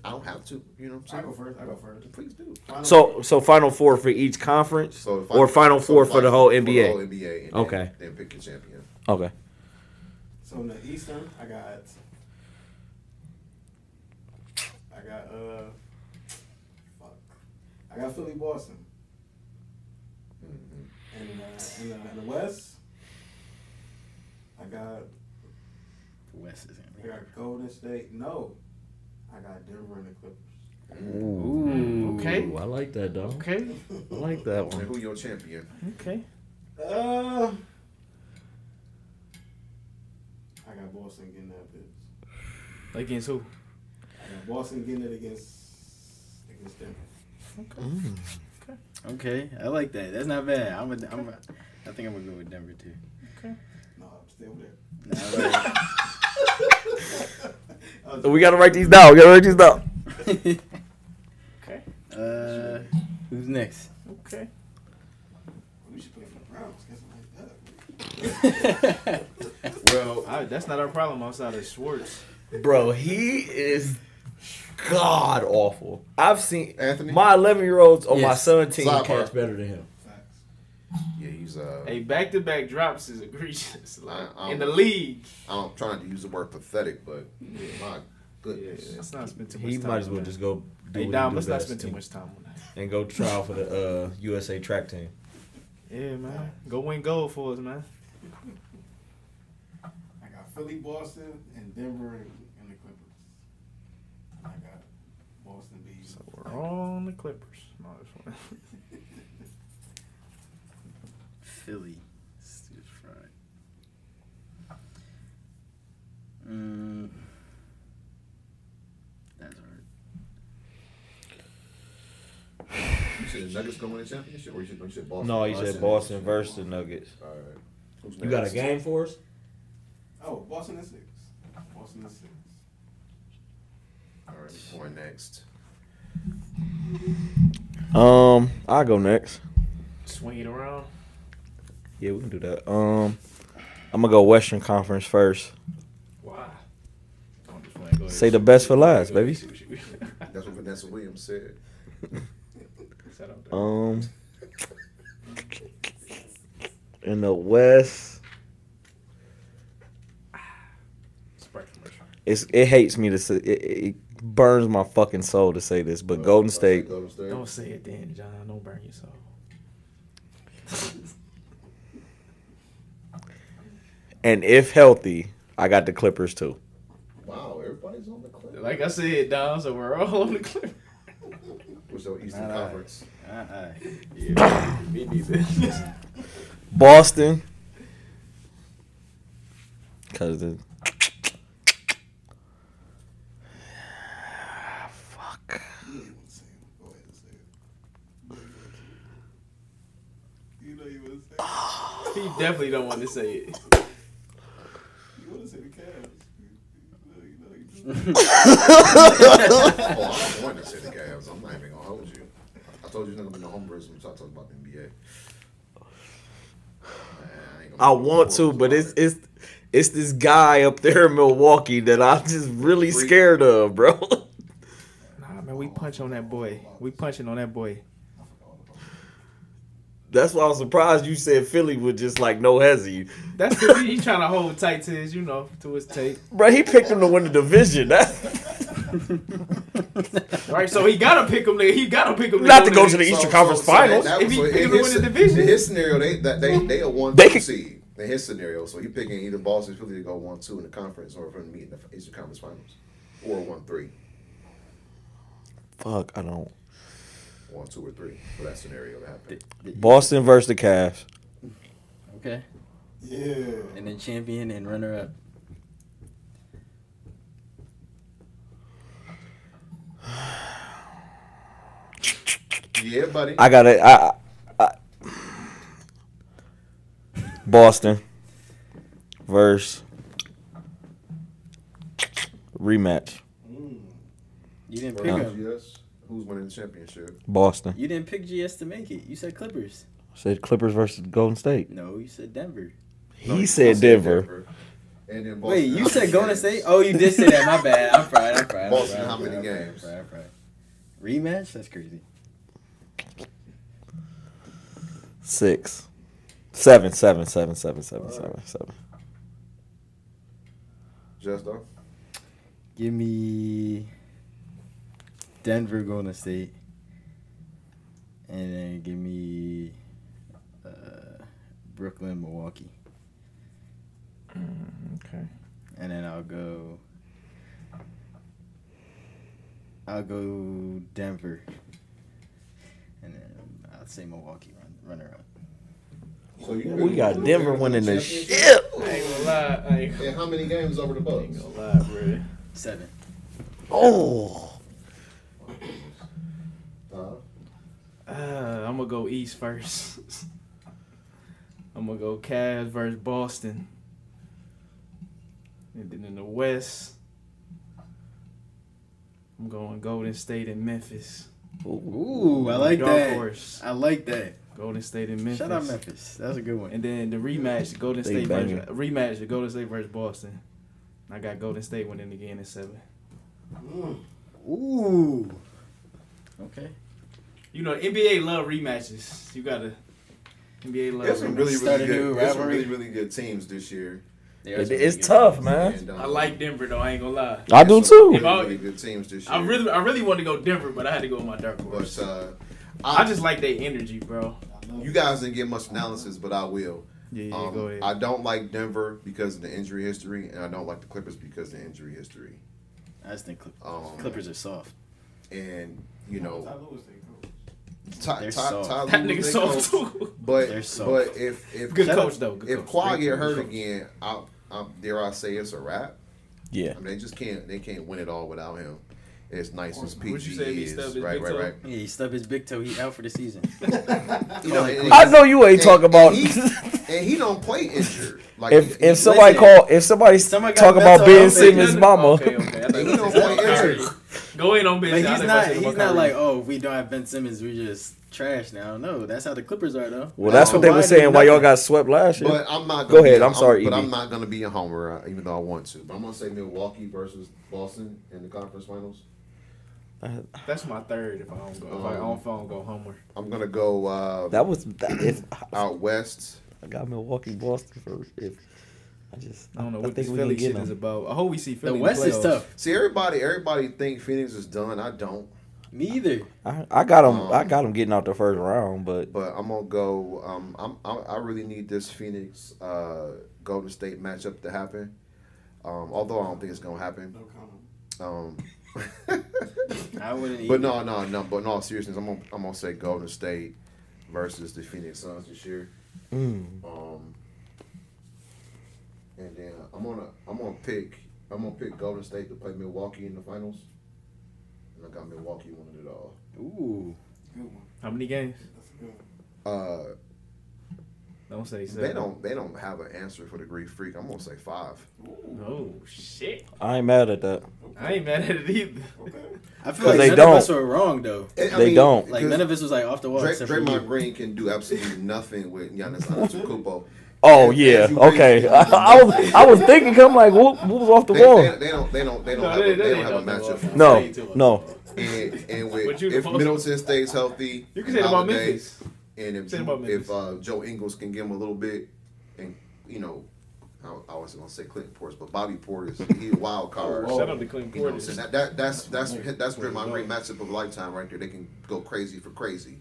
A: I don't have to, you know what
E: I
A: I'm
E: go
A: saying?
E: first. I go first.
A: Please do.
E: Final-
B: So so final four for each conference
A: So the
B: or final
A: so
B: four for the whole
A: for
B: NBA.
A: whole NBA. and then-
B: Okay.
A: Then, pick your champion.
B: Okay.
E: So in the Eastern, I got. I got uh. Fuck. I got Philly, Boston.
A: Mm-hmm.
E: And uh, in, the, in the West, I got
D: West is
E: I
D: in.
E: got Golden State. No, I got Denver and the Clippers.
D: Ooh.
C: Okay.
F: I like that, dog.
C: Okay.
B: <laughs>
F: I like that
A: And who your champion?
C: Okay.
E: Uh, I got Boston getting that bitch.
C: Against who?
E: I got Boston getting it against against Denver.
A: Mm-hmm.
D: Okay, I like that. That's not bad. I'm a, I'm a, I think I'm gonna go with Denver too.
E: No, I'm still there.
D: Nah, I like that.
E: Uh,
B: So we gotta write these down. We gotta write these down.
C: <laughs> Okay.
D: Uh,
C: <laughs>
D: who's next?
C: Okay.
E: We should play for the Browns. Guess i like that.
A: Well,
C: I, that's not our problem outside of Schwartz.
B: Bro, he is god awful. I've seen
A: Anthony.
B: my 11 year olds on my
D: Yes.
B: son team.
A: Sidebar.
F: Catch better than him.
E: Facts.
A: yeah, he's uh.
C: Hey, back to back drops
A: <laughs>
C: is egregious. Like,
A: I- I
C: in the
A: don't-
C: league.
A: I'm trying to use the word pathetic, but my
C: Yeah,
A: goodness.
C: let's not spend too much
F: He
C: time.
F: might as
C: on
F: well
C: that.
F: just go do
C: Hey,
F: what
C: Dom,
F: he
C: let's
F: do
C: not
F: best
C: spend too
F: and-
C: much time on that.
F: and go trial for the uh, USA track team.
C: Yeah, man. Go win gold for us, man.
E: I got Philly, Boston, and Denver and, and the Clippers. I got Boston beating.
C: So we're on the Clippers. No, this one.
D: Philly. Let's do this Friday. Mm. That's hard.
A: You said the Nuggets gonna win the championship, or you said, you said Boston?
F: No, he said Boston versus the Nuggets.
A: All right. Who's
F: You got a
A: next?
F: game for us?
E: Oh, Boston is six. Boston is six.
A: All right, going next.
B: Um, I'll go next.
C: <laughs> Swing it around.
B: Yeah, we can do that. Um, I'm gonna go Western Conference first.
C: Why? I'm just playing. Go ahead.
B: Say the best for
C: <laughs>
B: last,
C: Go ahead.
B: baby.
A: That's what Vanessa Williams said.
C: Shout out to-
B: Um, in the West,
C: Sprite commercial.
B: it's it hates me to say it, it burns my fucking soul to say this, but Golden State.
A: Golden State.
C: Don't say it then, John. Don't burn yourself.
B: And if healthy, I got the Clippers too.
A: Wow, everybody's on the clip.
C: Like I said, Dom, so we're all on the Clippers.
A: What's your Eastern
D: Nah, nah.
A: Conference?
D: Uh-uh.
C: Me neither.
B: Boston, because the fuck.
E: You didn't want to say it. Go ahead and say it. You know you want to say it.
C: <laughs> he definitely don't want to say it.
E: You want to say the Cavs. You know, you know, you know.
A: Oh, I don't want to say the Cavs. I'm not even gonna hold you. I told you not gonna be no homerism, so I talked about the NBA. Nah, ain't gonna
B: I
A: be
B: want to,
A: horrible.
B: but it's it's it's this guy up there in Milwaukee that I'm just really scared of, bro. <laughs>
C: Nah, man, we punch on that boy. We punching on that boy.
B: That's why I'm surprised you said Philly was just like no hezzy.
C: That's because he, he trying to hold tight to his, you know, to his tape.
B: <laughs> Bro, he picked him to win the division. That's
C: right? So he gotta pick him. He gotta pick him.
H: Not to go to the Eastern
A: So-
H: Conference
A: so- so that-
H: Finals.
A: that
C: If
A: was-
C: he-
A: so
C: if he
A: in
C: win
A: his-
C: the division.
A: in his scenario, they that they they a one
H: They
A: two
H: could-
A: seed in his scenario. So you picking either Boston, Philly to go one two in the conference, or from meeting the Eastern Conference Finals, or one three,
B: Fuck, I don't.
A: one two or three for that scenario to happen.
B: Boston versus the Cavs.
D: Okay.
E: Yeah.
D: And then champion and runner up.
A: Yeah, buddy.
B: I gotta. I, I, I Boston versus rematch.
D: You didn't pick
A: Versus
D: him.
A: yes. Who's winning the championship?
B: Boston
D: You didn't pick GS to make it. You said Clippers.
B: said Clippers versus Golden State.
D: No, you said Denver.
A: No,
B: He said Denver.
A: And then Boston.
D: Wait, you
A: how many
D: said Golden
A: games?
D: State? Oh, you did say that. My bad. I'm fried. I'm fried. I'm
A: Boston,
D: fried,
A: how
D: I'm
A: many
D: fried, I'm
A: games?
D: fried, I'm fried, I'm fried. Rematch? That's crazy.
B: Six. Seven, seven, seven, seven, seven, seven, seven.
A: Just though.
D: Give me Denver Golden State. And then give me uh, Brooklyn Milwaukee.
C: Mm, okay.
D: And then I'll go I'll go Denver. And then I'll say Milwaukee run runner up.
A: So you
B: We got Denver winning the
A: championship?
B: shit.
C: I ain't gonna lie. I ain't
A: And how many games over the Bucks?
C: gonna lie, bro.
D: Seven.
B: Oh,
A: Uh,
C: Uh, I'm gonna go East first. I'm gonna go Cavs versus Boston, and then in the West, I'm going Golden State and Memphis.
D: Ooh, I like
C: Dark
D: that.
C: horse.
D: I like that.
C: Golden State and Memphis.
D: Shout out Memphis. That's a good one.
C: And then the rematch, Golden
B: They
C: State
B: banging.
C: versus, rematch, the Golden State versus Boston. I got Golden State winning again in seven.
D: Ooh. Okay.
C: You know, NBA love rematches. You gotta NBA love.
A: There's some really,
D: Start
A: really
D: a new
A: good. There's some
D: rivalry.
A: really, really good teams this year.
B: it, it's tough, man.
A: And, um,
C: I like Denver though. I ain't gonna lie.
B: I do
A: there's some
B: too.
C: If I-
A: Really, really good teams this year.
C: Oh, I really, I really wanted to go Denver, but I had to go with my dark horse.
A: but uh,
C: I just like their energy, bro.
A: you guys didn't get much analysis, but I will.
C: Yeah,
A: Um, I don't like Denver because of the injury history, and I don't like the Clippers because of the injury history.
D: I just think Clippers,
A: Um,
D: Clippers are soft.
A: And you know,
E: Ty Lue is their coach.
A: Ty, Ty,
D: They're
A: Ty,
D: soft.
A: Lue
C: that
A: was
C: nigga
A: their
C: soft
A: coach,
C: too.
A: But
D: They're soft.
A: but if if
C: Good
A: if,
C: coach though. Good
A: if
C: coach.
A: Kawhi
C: Great
A: get
C: coach.
A: hurt again, I, I dare I say it's a wrap.
B: Yeah.
A: I mean, they just can't they can't win it all without him. As nice as
E: Would
A: PG
C: you say he
A: is,
C: stubbed his
A: right,
C: big
A: right,
C: toe?
A: right.
D: Yeah, he stubbed his big toe. He out for the season.
A: You know, and-
B: I know you ain't
A: and-
B: talking about. <laughs>
A: and he, and he don't play injured. Like
B: If
A: he-
B: if somebody
D: Listen.
B: call if somebody,
D: Somebody got
B: talk about
D: mental
B: Ben
D: health
B: Simmons'
C: Okay,
B: mama,
C: Okay, okay. I thought
A: He
C: you
A: don't
C: said something
A: play
C: about
A: injured.
C: Kyrie. Go in on Ben.
D: Like
C: Simmons.
D: he's
C: I thought you said
D: not.
C: something
D: He's
C: about
D: not
C: Kyrie.
D: like oh, if we don't have Ben Simmons, we just trash now. No, that's how the Clippers are though.
B: well, that's what they were saying. Why y'all got swept last year?
A: But I'm not.
B: Go
A: gonna
B: ahead,
A: be-
B: I'm sorry, E
A: But
B: EB.
A: I'm not going to be a homer, uh, even though I want to. But I'm going to say Milwaukee versus Boston in the conference finals.
C: That's my third. If I don't go, if I don't phone, go homeward.
A: I'm going to go uh,
B: that was that, if
A: out west.
B: I got Milwaukee, Boston first. If I just
C: I don't know
B: I
C: what
B: think
C: this
B: we can
C: Philly
B: get
C: shit is
B: them.
C: about. I hope we see Philly.
D: The
C: in
D: West is
C: playoffs.
D: tough.
A: See, everybody, everybody think Phoenix is done. I don't.
D: Me either.
B: I, I got them.
A: Um,
B: I got them getting out the first round, but
A: But I'm gonna go. Um, I'm, I'm I really need this Phoenix uh, Golden State matchup to happen. Um, although I don't think it's gonna happen.
E: No comment.
A: Um, <laughs>
D: I wouldn't.
A: but no, no, no. But in all seriousness, I'm gonna, I'm gonna say Golden State versus the Phoenix Suns this year.
B: mm,
A: Um, and then I'm gonna I'm gonna pick I'm gonna pick Golden State to play Milwaukee in the finals. And I got Milwaukee winning it all.
D: Ooh.
E: Good one.
C: How many games?
E: That's a good one.
A: Uh,
C: Don't say seven.
A: they don't they don't have an answer for the Greek Freak. I'm gonna say five.
C: Oh shit!
B: I ain't mad at that.
C: I ain't mad at it either.
D: I feel
B: 'Cause
D: like
B: they
D: none
B: don't.
D: of us were wrong though.
A: And,
B: They don't.
D: Like
A: because
D: none of us was like off the wall.
A: Dray-
D: except for
A: Draymond
D: you.
A: Green can do absolutely nothing with
B: <laughs>
A: Giannis Antetokounmpo.
B: Oh
A: As-
B: yeah,
A: as you
B: okay.
A: reach-
B: I, I was I was thinking, I'm like, what, what was off the
A: They, they,
B: wall?
A: they don't they don't they don't have a, they don't have a matchup.
B: No, no.
A: And, and
C: But
A: with,
C: you the
A: if
C: most-
A: Middleton stays healthy,
C: You can say it about
A: Holiday-
C: Memphis.
A: And if
C: Say about
A: if
C: Memphis.
A: uh, Joe Ingles can give him a little bit, and you know, I, I would wasn't gonna say Clinton Portis, but Bobby Portis, he a
C: <laughs>
A: wild card.
C: Oh, Shout out to Clinton
A: You know what I'm
C: Portis.
A: saying? That, that, that's that's that's been my great matchup of a lifetime right there. They can go crazy for crazy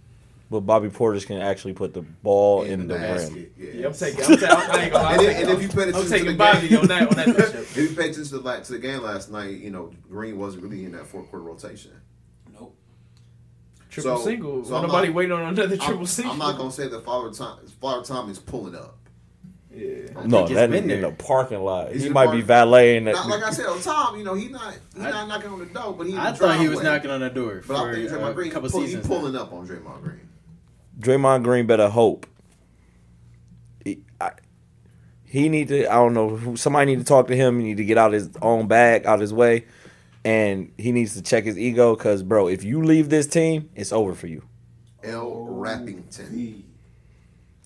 B: But Bobby Porter's can actually put the ball Oh, in, the, rim.
A: basket. Yeah.
C: Yeah, I'm taking. I'm taking. I'm taking.
A: And, if,
C: I'm
A: and if
C: taking,
A: you put it
C: I'm
A: to the
C: taking Bobby
A: game,
C: on that
A: <laughs>
C: on that matchup.
A: if you paid attention to the, la- to the game last night, you know Green wasn't really in that four quarter rotation.
E: Nope.
C: Triple
A: So-
C: single.
A: so I'm
C: Nobody
A: not-
C: waiting on another triple
A: I'm,
C: single.
A: I'm not gonna say that Father Tom Father Tom is pulling up.
C: Yeah.
B: No,
D: it's
B: that
D: been
B: in
D: there.
B: the parking lot.
A: It's
B: he
A: in the
B: might be
A: park-
B: valeting that.
A: Not, like I said, oh, Tom, you know he not he
D: I-
A: not knocking on the door, but he. in
D: I
A: the
D: thought he was
A: driveway.
D: knocking on the door for
A: But I think Draymond
D: a
A: Green
D: couple
A: pull, he
D: seasons.
A: pulling up on Draymond Green.
B: Draymond Green better hope. He, I, he need to. I don't know. who- Somebody need to talk to him. He need to get out his own bag, out his way, and he needs to check his ego. Cause bro, if you leave this team, it's over for you.
A: L.
E: Oh,
A: Rappington.
E: The-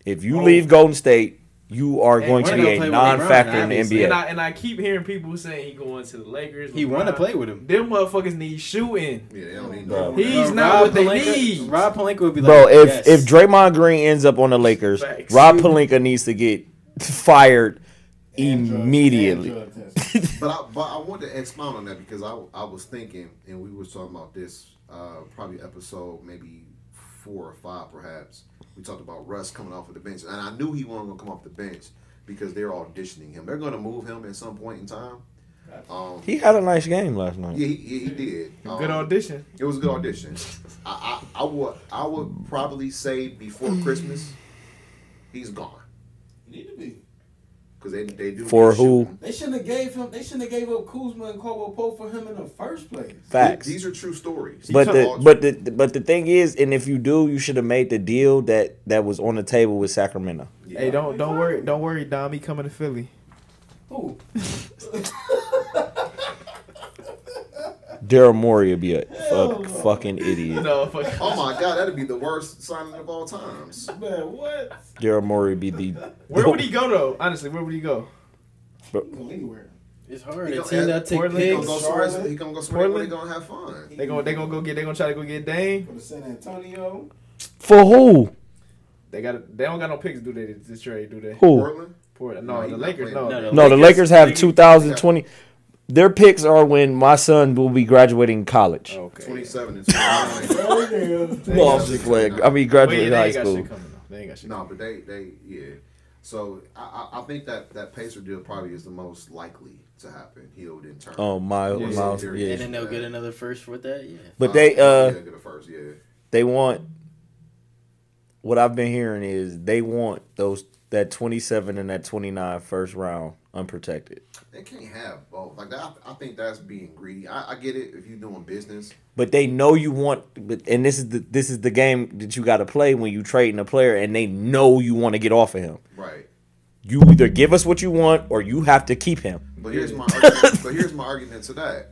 B: If you leave Golden State, you are
D: Hey,
B: going
D: we're
B: to
D: gonna
B: be
D: play
B: a
D: with LeBron,
B: non-factor in the
D: obviously.
B: NBA.
C: And I and I keep hearing people saying he going to the Lakers.
D: He want to
C: LeBron.
D: play with him.
C: Them motherfuckers need shooting.
A: Yeah, they don't need
B: Bro.
A: no.
C: He's
D: Bro,
C: not
D: Rob
C: what they
D: Pelinka-
C: need.
D: Rob Palenka would be like,
B: Bro, if
D: yes.
B: if Draymond Green ends up on the Lakers,
C: Facts.
B: Rob Palinka needs to get fired immediately.
E: Android test.
A: But I, but I want to expound on that because I, I was thinking, and we were talking about this uh, probably episode maybe four or five perhaps. We talked about Russ coming off of the bench, and I knew he wasn't going to come off the bench because they're auditioning him. They're going to move him at some point in time. Um,
B: He had a nice game last night.
A: yeah, he, yeah, he did. Um,
C: Good audition.
A: It was a good audition. I, I, I would I would probably say before Christmas, he's gone
E: Need to be.
A: because they they do need
B: For
A: to shoot
B: who?
A: him.
E: They shouldn't have gave him. They shouldn't have gave up Kuzma and Caldwell Pope for him in the first place.
B: Facts.
A: These are true stories.
B: but
A: These are
B: the
A: all
B: but the but the thing is, and if you do, you should have made the deal that that was on the table with Sacramento.
A: true- yeah.
C: Hey, don't don't worry, don't worry, Dom. He coming to Philly.
E: Who?
B: Daryl Morey would be a
E: Hell
B: fuck,
E: no.
B: fucking
D: <laughs>
B: idiot.
C: No, <laughs> fuck.
A: Oh my god, that'd be the worst signing of all times.
E: Man, what?
B: Daryl Morey would be the
C: Where would he go though? Honestly, where would he go?
E: He can go anywhere.
D: it's hard.
A: He
D: A
A: gonna
D: team
A: add-
D: that take
C: Portland,
A: He gonna
D: pigs.
A: go somewhere. He gonna go somewhere where they
C: Portland?
A: gonna have fun.
C: They gonna they gonna go get they gonna try to go get Dane.
E: Go to San Antonio.
B: for who?
C: They got they don't got no picks, do they? This trade, do they?
B: Who?
A: Portland.
C: Portland, no,
A: No, he
C: the
A: not
C: Lakers, no.
A: playing.
B: No,
D: No,
B: the Lakers have 2020. Their picks are when my son will be graduating college.
C: Okay.
A: Twenty-seven and twenty-nine. <laughs>
E: There it is.
B: No, Oh. I'm just playing. I mean,
C: But yeah,
B: graduating
C: they
B: high
C: ain't got
B: school.
C: shit coming. though. They ain't got shit.
A: no, but they they yeah. So I, I I think that that Pacer deal probably is the most likely to happen. He'll then turn.
B: Oh my,
C: Yeah. uh,
B: Miles,
A: And
B: yeah.
D: And then they'll get another first with that. Yeah.
B: But they uh
A: yeah, get a first yeah.
B: they want what I've been hearing is they want those that 27 and that 29 first round unprotected.
A: They can't have both. Like I, I think that's being greedy. I, I get it if you're doing business.
B: But they know you want but and this is the this is the game that you got to play when you trading a player and they know you want to get off of him.
A: Right.
B: You either give us what you want or you have to keep him.
A: But here's my
B: <laughs>
A: argument. but here's my argument to that.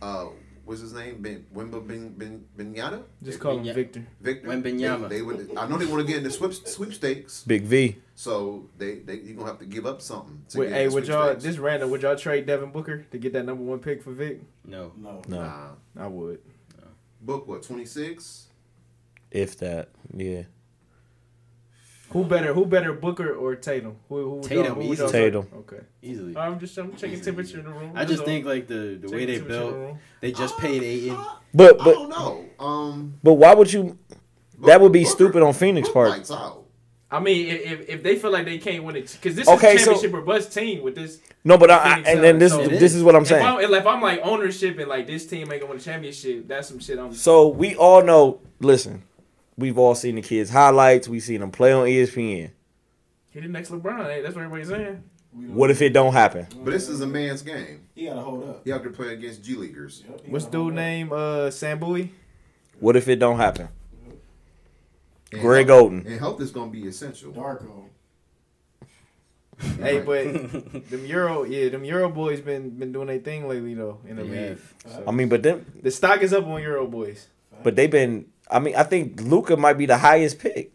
A: Uh, what's his name? Ben, Wimba Ben Ben Benyata?
C: Just call him
D: Yeah.
C: Victor.
A: Victor.
D: Wembanyama.
A: They, they would. I know they want to get in the sweep, sweepstakes,
B: Big V.
A: so they they you're gonna have to give up something. To
C: Wait,
A: get in
C: hey,
A: the
C: would y'all
A: sweepstakes.
C: this random? Would y'all trade Devin Booker to get that number one pick for Vic?
D: No.
E: No.
B: No.
A: Nah.
C: I would.
A: Uh, book what twenty six?
B: If that. Yeah.
C: Who better? Who better, Booker or Tatum? Who? who would y'all-
D: Tatum,
C: who would
D: easy.
C: y'all-
B: Tatum.
C: Okay.
D: Easily.
C: I'm just I'm checking temperature in the room.
D: I just think like the the way they built,
C: built.
D: they just paid Aiden.
B: But
A: I
B: but
A: don't know. Um,
B: but why would you That would be
A: Booker-
B: stupid on Phoenix'
A: Booker
B: part.
A: lights out.
C: I mean, if, if, if they feel like they can't win it, because this
B: Okay,
C: is
B: so-
C: championship or bust team with this.
B: No, but I, I
C: Phoenix
B: and then this
C: Suns,
B: is
D: so-
B: this is what I'm
C: If
B: saying.
C: I'm, if I'm like ownership and like this team ain't gonna win a championship, that's some shit. I'm.
B: So we all know. Listen, we've all seen the kids' highlights. We've seen them play on E ESPN.
C: He the next LeBron. eh? That's what everybody's saying.
E: We don't-
B: What if it don't happen?
A: But this is a man's game.
E: He gotta hold up.
A: You have to play against G leaguers.
E: Yep, he
C: What's
E: gotta hold
C: dude
E: up.
C: name? Uh, Sam Bowie.
B: What if it don't happen?
A: And
B: Greg
A: health-
B: Oden.
A: And health is gonna be essential.
E: Darko.
C: Hey,
D: <laughs>
C: but them Euro, yeah, them Euro boys been been doing their thing lately though in the
D: <laughs> They
C: league.
B: I mean, but then,
C: The stock is up on Euro boys.
B: but they've been. I mean, I think Luca might be the highest pick.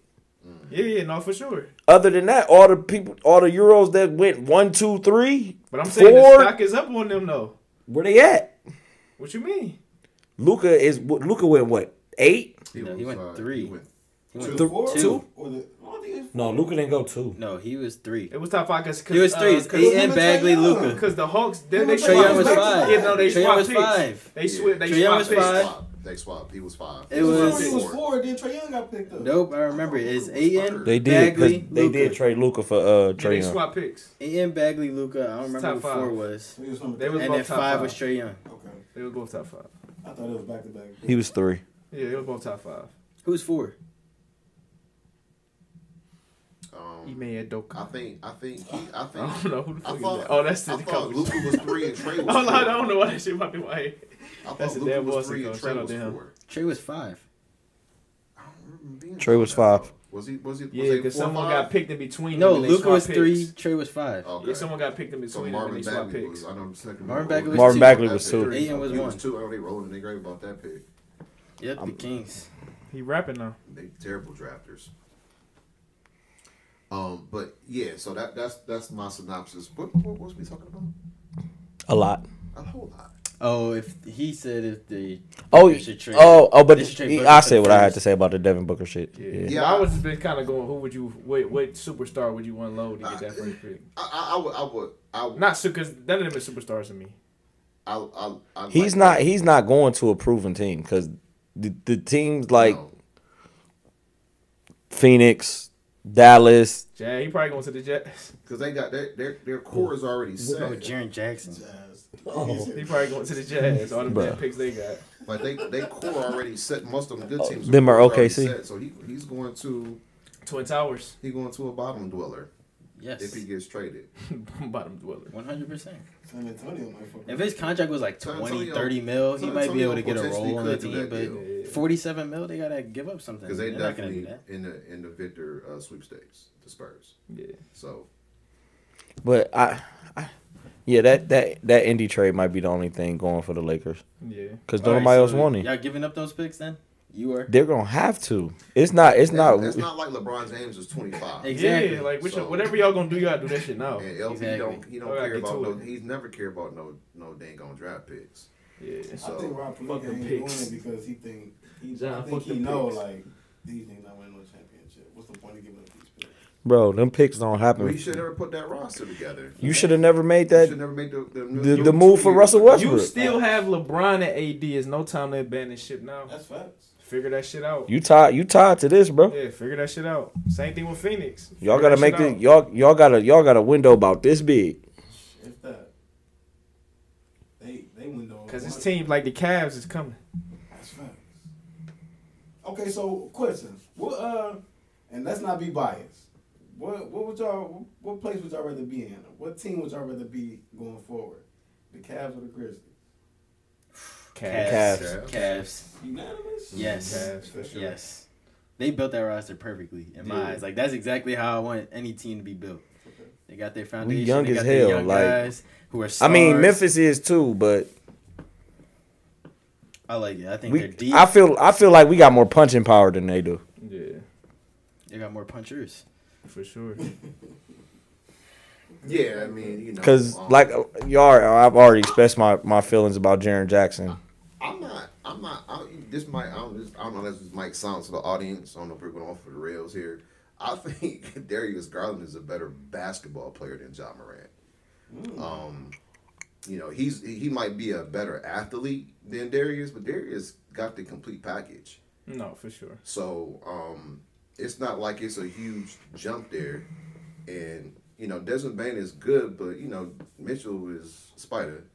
C: Yeah, yeah, no, for sure.
B: Other than that, all the people, all the Euros that went one, two, three,
C: But I'm saying
B: Four.
C: the stock is up on them though.
B: where they at?
C: What you mean?
B: Luca is Luca went what eight?
D: No, he went three.
A: He went
E: Two,
B: Th-
E: four?
B: two?
E: Or the, I don't think it's-
B: No, Luca didn't go two.
D: No, he was three.
C: It was top five because
D: He was three. It's Aiden
E: Trey
D: Bagley,
E: Young.
D: Luca.
C: Because the Hawks, then they
E: Trey
C: swapped.
E: Young was
C: picks.
E: five.
C: Yeah, no, they
D: Trey Young
C: swapped
D: was
C: picks.
D: five.
C: They swapped. They
D: Trey Young
C: swapped
D: was
C: picks.
D: five.
A: Swap. They swapped. He was five.
D: It
E: It
D: was-
E: was, it was four, then Trey Young got picked up.
D: Nope, I remember. it. It's Aiden.
B: They did. 'cause
D: Bagley,
B: They did
D: Luka.
B: trade Luca for uh
C: Yeah,
B: Trey
C: they
B: Young.
C: swapped picks.
D: Ian Bagley, Luca. I don't remember
C: top
D: who
C: five.
D: four was.
E: So he was number
C: They was
E: three.
D: And
C: both
D: then
C: top
D: five was
C: five.
D: Trey Young.
C: <laughs>
E: Okay.
C: They were both top five.
E: I thought it was back to back.
B: <laughs> He was three.
C: Yeah, they were both top five.
D: Who's four?
A: Um,
C: Ime
A: I
C: <laughs> Edoka.
A: think. I think. He, I
C: I
A: think.
C: don't know who the
A: I
C: fuck is
A: thought,
C: that. Oh, that's
A: I
C: the
A: thought
C: coach.
A: Luca was three and
C: <laughs>
A: Trey was
C: Oh, no,
A: four.
C: I don't know why that shit might be white.
A: I
C: That's
A: thought
C: a
A: Luca
C: damn
A: was
C: Boston
A: three and
C: coach.
A: Trey
C: Shout out
A: was
C: to him.
A: four.
D: Trey was five.
A: I don't remember being
B: Trey
A: like
B: was
A: that,
B: five.
A: though. Was he? Was he? Was
C: Yeah,
A: yeah,
C: because someone got picked in between.
D: No,
C: them and they
D: Luca
C: swapped
D: was three.
C: picks.
D: Tree was five.
E: Oh,
A: Okay.
C: Yeah, someone got picked in
A: so
C: between them and
A: Marvin
C: they swapped
A: Bagley was.
C: picks.
A: I know. I'm just thinking-
D: Marvin Bagley was
B: Marvin
D: two.
B: Bagley
A: That's
B: was two.
D: Aiden was
A: He
D: one.
A: was two. I know they rolling in their grave about that pick.
D: Yep, the Kings.
C: He rapping now.
A: They terrible drafters. Um, but yeah, so that that's that's my synopsis. What what, what was we talking about?
B: A lot.
A: A whole lot.
D: Oh, if he said if the
B: Oh,
D: they should trade-
B: oh, oh, but
D: they should trade
B: he-
D: Booker
B: I
D: for
B: said
D: the
B: what I had
D: first.
B: to say about the Devin Booker shit.
C: Yeah.
B: Yeah.
A: Yeah,
C: I
A: I-
C: was just been kind of going. Who would you? What what superstar would you unload to get that first pick?
A: I I, I would I would I would-
C: Not because none of them are superstars to me.
A: I, I, I
B: He's
A: like
B: not.
A: that.
B: He's not going to a proven team because the, the teams like
A: No.
B: Phoenix, Dallas.
C: Jay, he probably going to the Jets.
A: Because they got their their their core is already set.
D: Oh, Jaren Jackson.
E: Jazz.
B: Oh.
C: He probably going to the Jazz. All the
B: Bruh.
C: bad picks they got.
A: Like they they core already set. Most of them good teams.
B: Oh, them
A: core
B: are
A: is already
B: OKC.
A: set. so he he's going to
C: Twin Towers, <laughs>
A: he going to a bottom dweller if
D: Yes.
A: he gets traded.
C: bottom dweller.
D: One hundred percent.
E: San Antonio might fuck
D: If
E: up.
D: his contract was like
A: San
D: 20,
A: Antonio-
D: 30 mil, he
A: San
D: might be
A: Antonio
D: able to get a
A: potentially
D: role on the
A: could do
D: team.
A: that
D: But
A: deal.
C: Yeah.
D: forty-seven mil, they gotta give up something.
A: Because they
D: They're not gonna do
A: definitely
D: that.
A: in the in the Victor uh, sweepstakes, the Spurs.
C: Yeah,
A: So
B: But I, I, yeah, that that that indie trade might be the only thing going for the Lakers
C: yeah.
B: because
D: All right,
B: nobody else
D: so
B: won him.
D: Y'all giving up those picks then? You are
B: They're gonna have to. It's not. It's not.
A: it's not like LeBron James is twenty five.
D: Ex-
A: And
D: Exactly.
C: Yeah, like which,
A: So-
C: whatever y'all gonna do, y'all do that shit now.
A: LB
D: Exactly.
A: don't he don't
C: Alright,
A: care
C: get
A: about
C: to
A: no
C: it.
A: he's never cared about no no dang on draft picks.
C: Yeah.
A: So
E: I think Rob Palinka
C: fucking
E: ain't
C: picks.
E: doing it because he think he,
C: John,
E: I think
C: fuck
E: he
C: them
E: know
C: picks.
E: like these niggas not winning no championship. What's the point of giving up these picks?
B: Bro, them picks don't happen.
A: we should never put that roster together.
B: you should have never made
A: You should
B: that
A: never make the the,
B: the, the move for Russell Westbrook.
C: You still have LeBron at AD. It's no time to abandon ship now.
E: That's facts.
C: Figure that shit out.
B: You tied you tied to this, bro.
C: Yeah, figure that shit out. Same thing with Phoenix. Figure
B: Y'all gotta
C: that
B: make
C: shit
B: this
C: out.
B: y'all y'all got to y'all got a window about this big.
E: If that. They they window.
C: Cause this
E: one.
C: team, like the Cavs, is coming.
E: That's facts. Okay, so question. What uh and let's not be biased. What what would y'all what place would y'all rather be in? What team would y'all rather be going forward? The Cavs or the Grizzlies?
C: Cavs.
A: Cavs.
D: Cavs.
E: Unanimous?
D: Yes.
C: Cavs, for sure.
D: Yes. They built that roster perfectly in my
C: Yeah.
D: eyes. Like that's exactly how I want any team to be built. They got their foundation.
B: young
D: they got
B: as
D: their
B: hell,
D: Young
B: like-
D: guys who are
B: I mean,
D: stars.
B: Memphis is too, but
D: I like it. I think they're
B: we
D: deep.
B: I feel I feel like we got more punching power than they do.
C: Yeah,
D: they got more punchers.
C: for sure.
A: Yeah, I mean, you know,
B: Cause
A: um,
B: like uh, y'all, I've already expressed my, my feelings about Jaron Jackson.
A: I'm not. I'm not. I, this might. I don't, this, I don't know. This might sound to the audience. I don't know if we're going off the rails here. I <laughs> think Darius Garland is a better basketball player than John Morant. Um, you know, he's he might be a better athlete than Darius, but Darius got the complete package.
C: no, for sure.
A: So um, it's not like it's a huge jump there. And you know, Desmond Bain is good, but you know, Mitchell is Spider.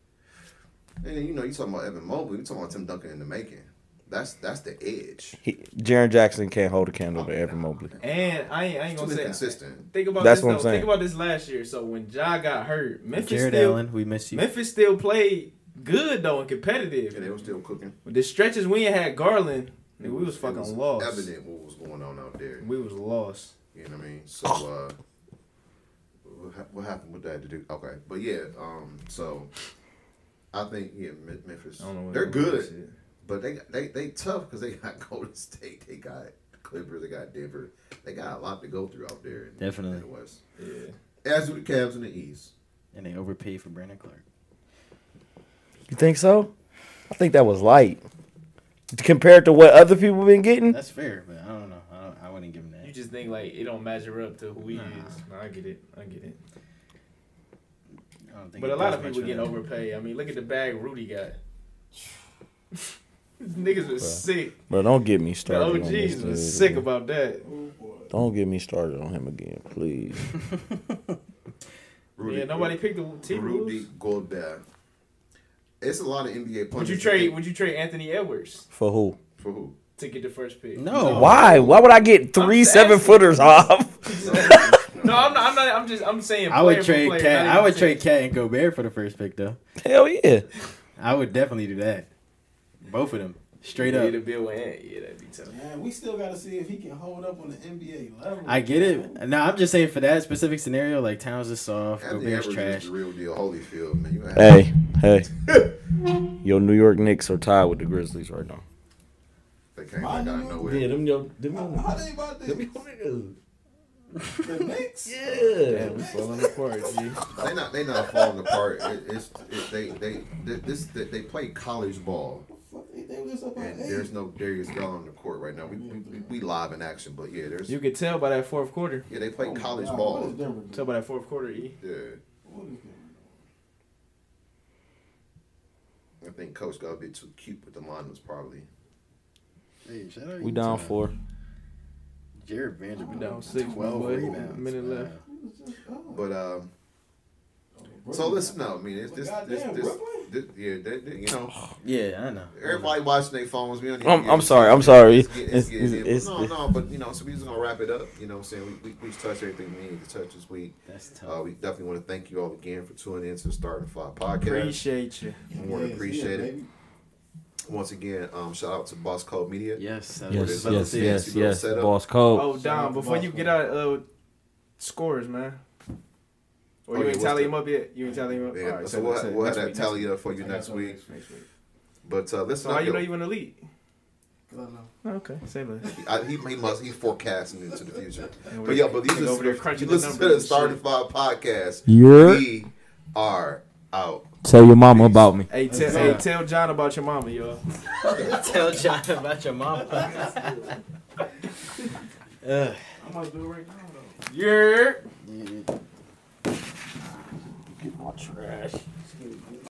A: And then, you know, you talking about Evan Mobley, you talking about Tim Duncan in the making. That's that's the edge.
B: He, Jaron Jackson can't hold a candle to Evan Mobley.
C: And I ain't, I ain't
A: Too
C: gonna say
A: inconsistent.
C: Think about
B: That's
C: this
B: what I'm
C: though.
B: saying.
C: Think about this last year. So when Ja got hurt, Memphis
D: Jared
C: still
D: Allen, we miss you.
C: Memphis still played good though and competitive.
A: Yeah, they were still cooking.
C: The stretches we ain't had Garland, nigga, we was
A: It
C: fucking
A: was
C: lost.
A: Evident what was going on out there.
C: We was lost.
A: You know what I mean? So
B: Oh.
A: uh, what hap- what happened with that to do? Okay, but yeah, um, so I think yeah, Mem- Memphis.
C: I don't know. what-
A: They're
C: what that
A: good.
C: shit.
A: But they they they tough because they got <laughs> Golden State, they got Clippers, they got Denver, they got a lot to go through out there. In,
D: Definitely.
A: in the West.
C: Yeah.
A: As do the Cavs in the East.
D: And they overpaid for Brandon Clark.
B: You think so? I think that was light compared to what other people been getting.
D: That's fair, but I don't know. I, don't, I wouldn't give him that.
C: Hmm. You just think like it don't measure up to who he
D: Nah.
C: is. Nah, I get it. I get it.
D: I don't think
C: But
D: it
C: a lot
D: does
C: of
D: much
C: people
D: for
C: get
D: them.
C: overpaid. I mean, look at the bag Rudy got. <laughs> These niggas was sick.
B: Bro, don't get me
C: The
B: started. on this
C: OGs
B: dude,
C: was Oh, sick
B: bro.
C: about that.
B: Don't get me started on him again, please.
A: Rudy,
C: yeah, nobody picked the T
A: Rudy
C: Rules.
A: Gobert. It's a lot of NBA punches.
C: Would you trade? Would you trade Anthony Edwards
B: For who?
A: for who?
C: to get the first pick?
D: No.
B: Why? Why would I get three
C: I'm
B: seven footers off? <laughs>
C: No, I'm not. I'm not. I'm just. I'm saying.
D: I would
C: player for
D: trade
C: player,
D: Cat.
C: not
D: I
C: even
D: would
C: team.
D: trade Cat and Gobert for the first pick though.
B: Hell yeah.
D: I would definitely do that. Both of them, straight
C: Yeah,
D: up.
C: the bill with Ant. Yeah, that'd be tough.
E: Man, we still gotta see if he can hold up on the NBA level.
D: I get it. No, I'm just saying for that specific scenario, like Towns is soft,
A: Anthony Edwards
D: Gobert's
A: is
D: trash.
A: the real deal. Holyfield, man. You gonna have-
B: Hey, <laughs> hey. Yo, New York Knicks are tied with the Grizzlies right now.
A: They came like out of nowhere.
F: Yeah, them yo, them
E: How
F: yo,
E: they about
F: them
E: this?
F: yo niggas.
E: The Knicks?
F: Yeah.
C: we falling apart, G.
A: They not they not falling apart. It, it's it, they they th- this they, they play college ball
E: Fuck, they- they was up on
A: and
E: eight.
A: there's no Darius Bell on the court right now. We we, we- we live in action, but yeah, there's
C: You could tell by that fourth quarter.
A: yeah they play
E: Oh my
A: college
E: God, What
A: ball.
E: is Denver doing?
C: Tell by that fourth quarter, E.
A: Yeah,
E: What is Denver
A: I think coach got a bit too cute with the lineups probably.
D: Hey, shout out
B: We down
D: Utah.
B: four.
D: Jared Vanderbilt.
C: Down six, my
D: 12
C: boy.
D: rebounds. uh,
C: Minute
D: Wow.
C: left.
E: doing? It was just- oh,
A: But um,
E: Brooklyn
A: so listen,
E: got-
A: no, I mean it's
E: But
A: this this
E: goddamn,
A: this,
E: Brooklyn?
A: this yeah they, they- you
B: <sighs>
A: know
D: Yeah, I know.
A: everybody watching their phones. We don't even
B: I'm-
A: get
B: I'm
A: it.
B: sorry, I'm sorry.
A: It's getting- it's
B: It's-
A: getting in. But
B: it's-
A: no, no, but you know, so we just gonna wrap it up. You know, what I'm saying we we we touched everything we needed to touch this week.
D: That's tough.
A: Uh, we definitely want to thank you all again for tuning in to the Start and Fly podcast.
C: Appreciate you.
A: More
E: Yes, yeah,
A: appreciated.
E: baby.
A: Once again, um, shout out to Boss Code Media.
D: yes, that
A: Yes,
D: was
A: yes,
D: yes,
A: yes. little setup.
B: Cole.
C: Oh, Dom, before you get out, uh, scores, man. Or
A: Oh,
C: you
A: yeah,
C: ain't
A: what's
C: tally
A: the-
C: him up yet? You ain't tally him up?
A: Yeah,
C: All right,
A: so we'll,
C: that's
A: ha-
C: it.
A: we'll have
C: Next
A: that
C: week,
A: tally
C: next
A: up for you
C: week.
A: next week.
C: next week.
A: But uh, listen,
C: So how
A: up,
C: you know
A: yo.
C: you in the league?
E: 'Cause I know.
C: Okay, same list.
A: I, he, he must he's forecasting into the
C: <laughs>
A: future. But yeah, but these
C: Over
A: are
C: there
A: you
C: crunching the
A: listen to the
C: numbers and
A: Start and
C: shit.
A: Fly podcast.
F: Yeah.
A: We are out.
F: Tell your mama about me.
C: Hey, tell, hey, tell John about your mama, y'all.
D: <laughs> Tell John about your mom.
E: <laughs> I'm gonna do it right now though.
C: Yeah.
D: Yeah.
E: Excuse me.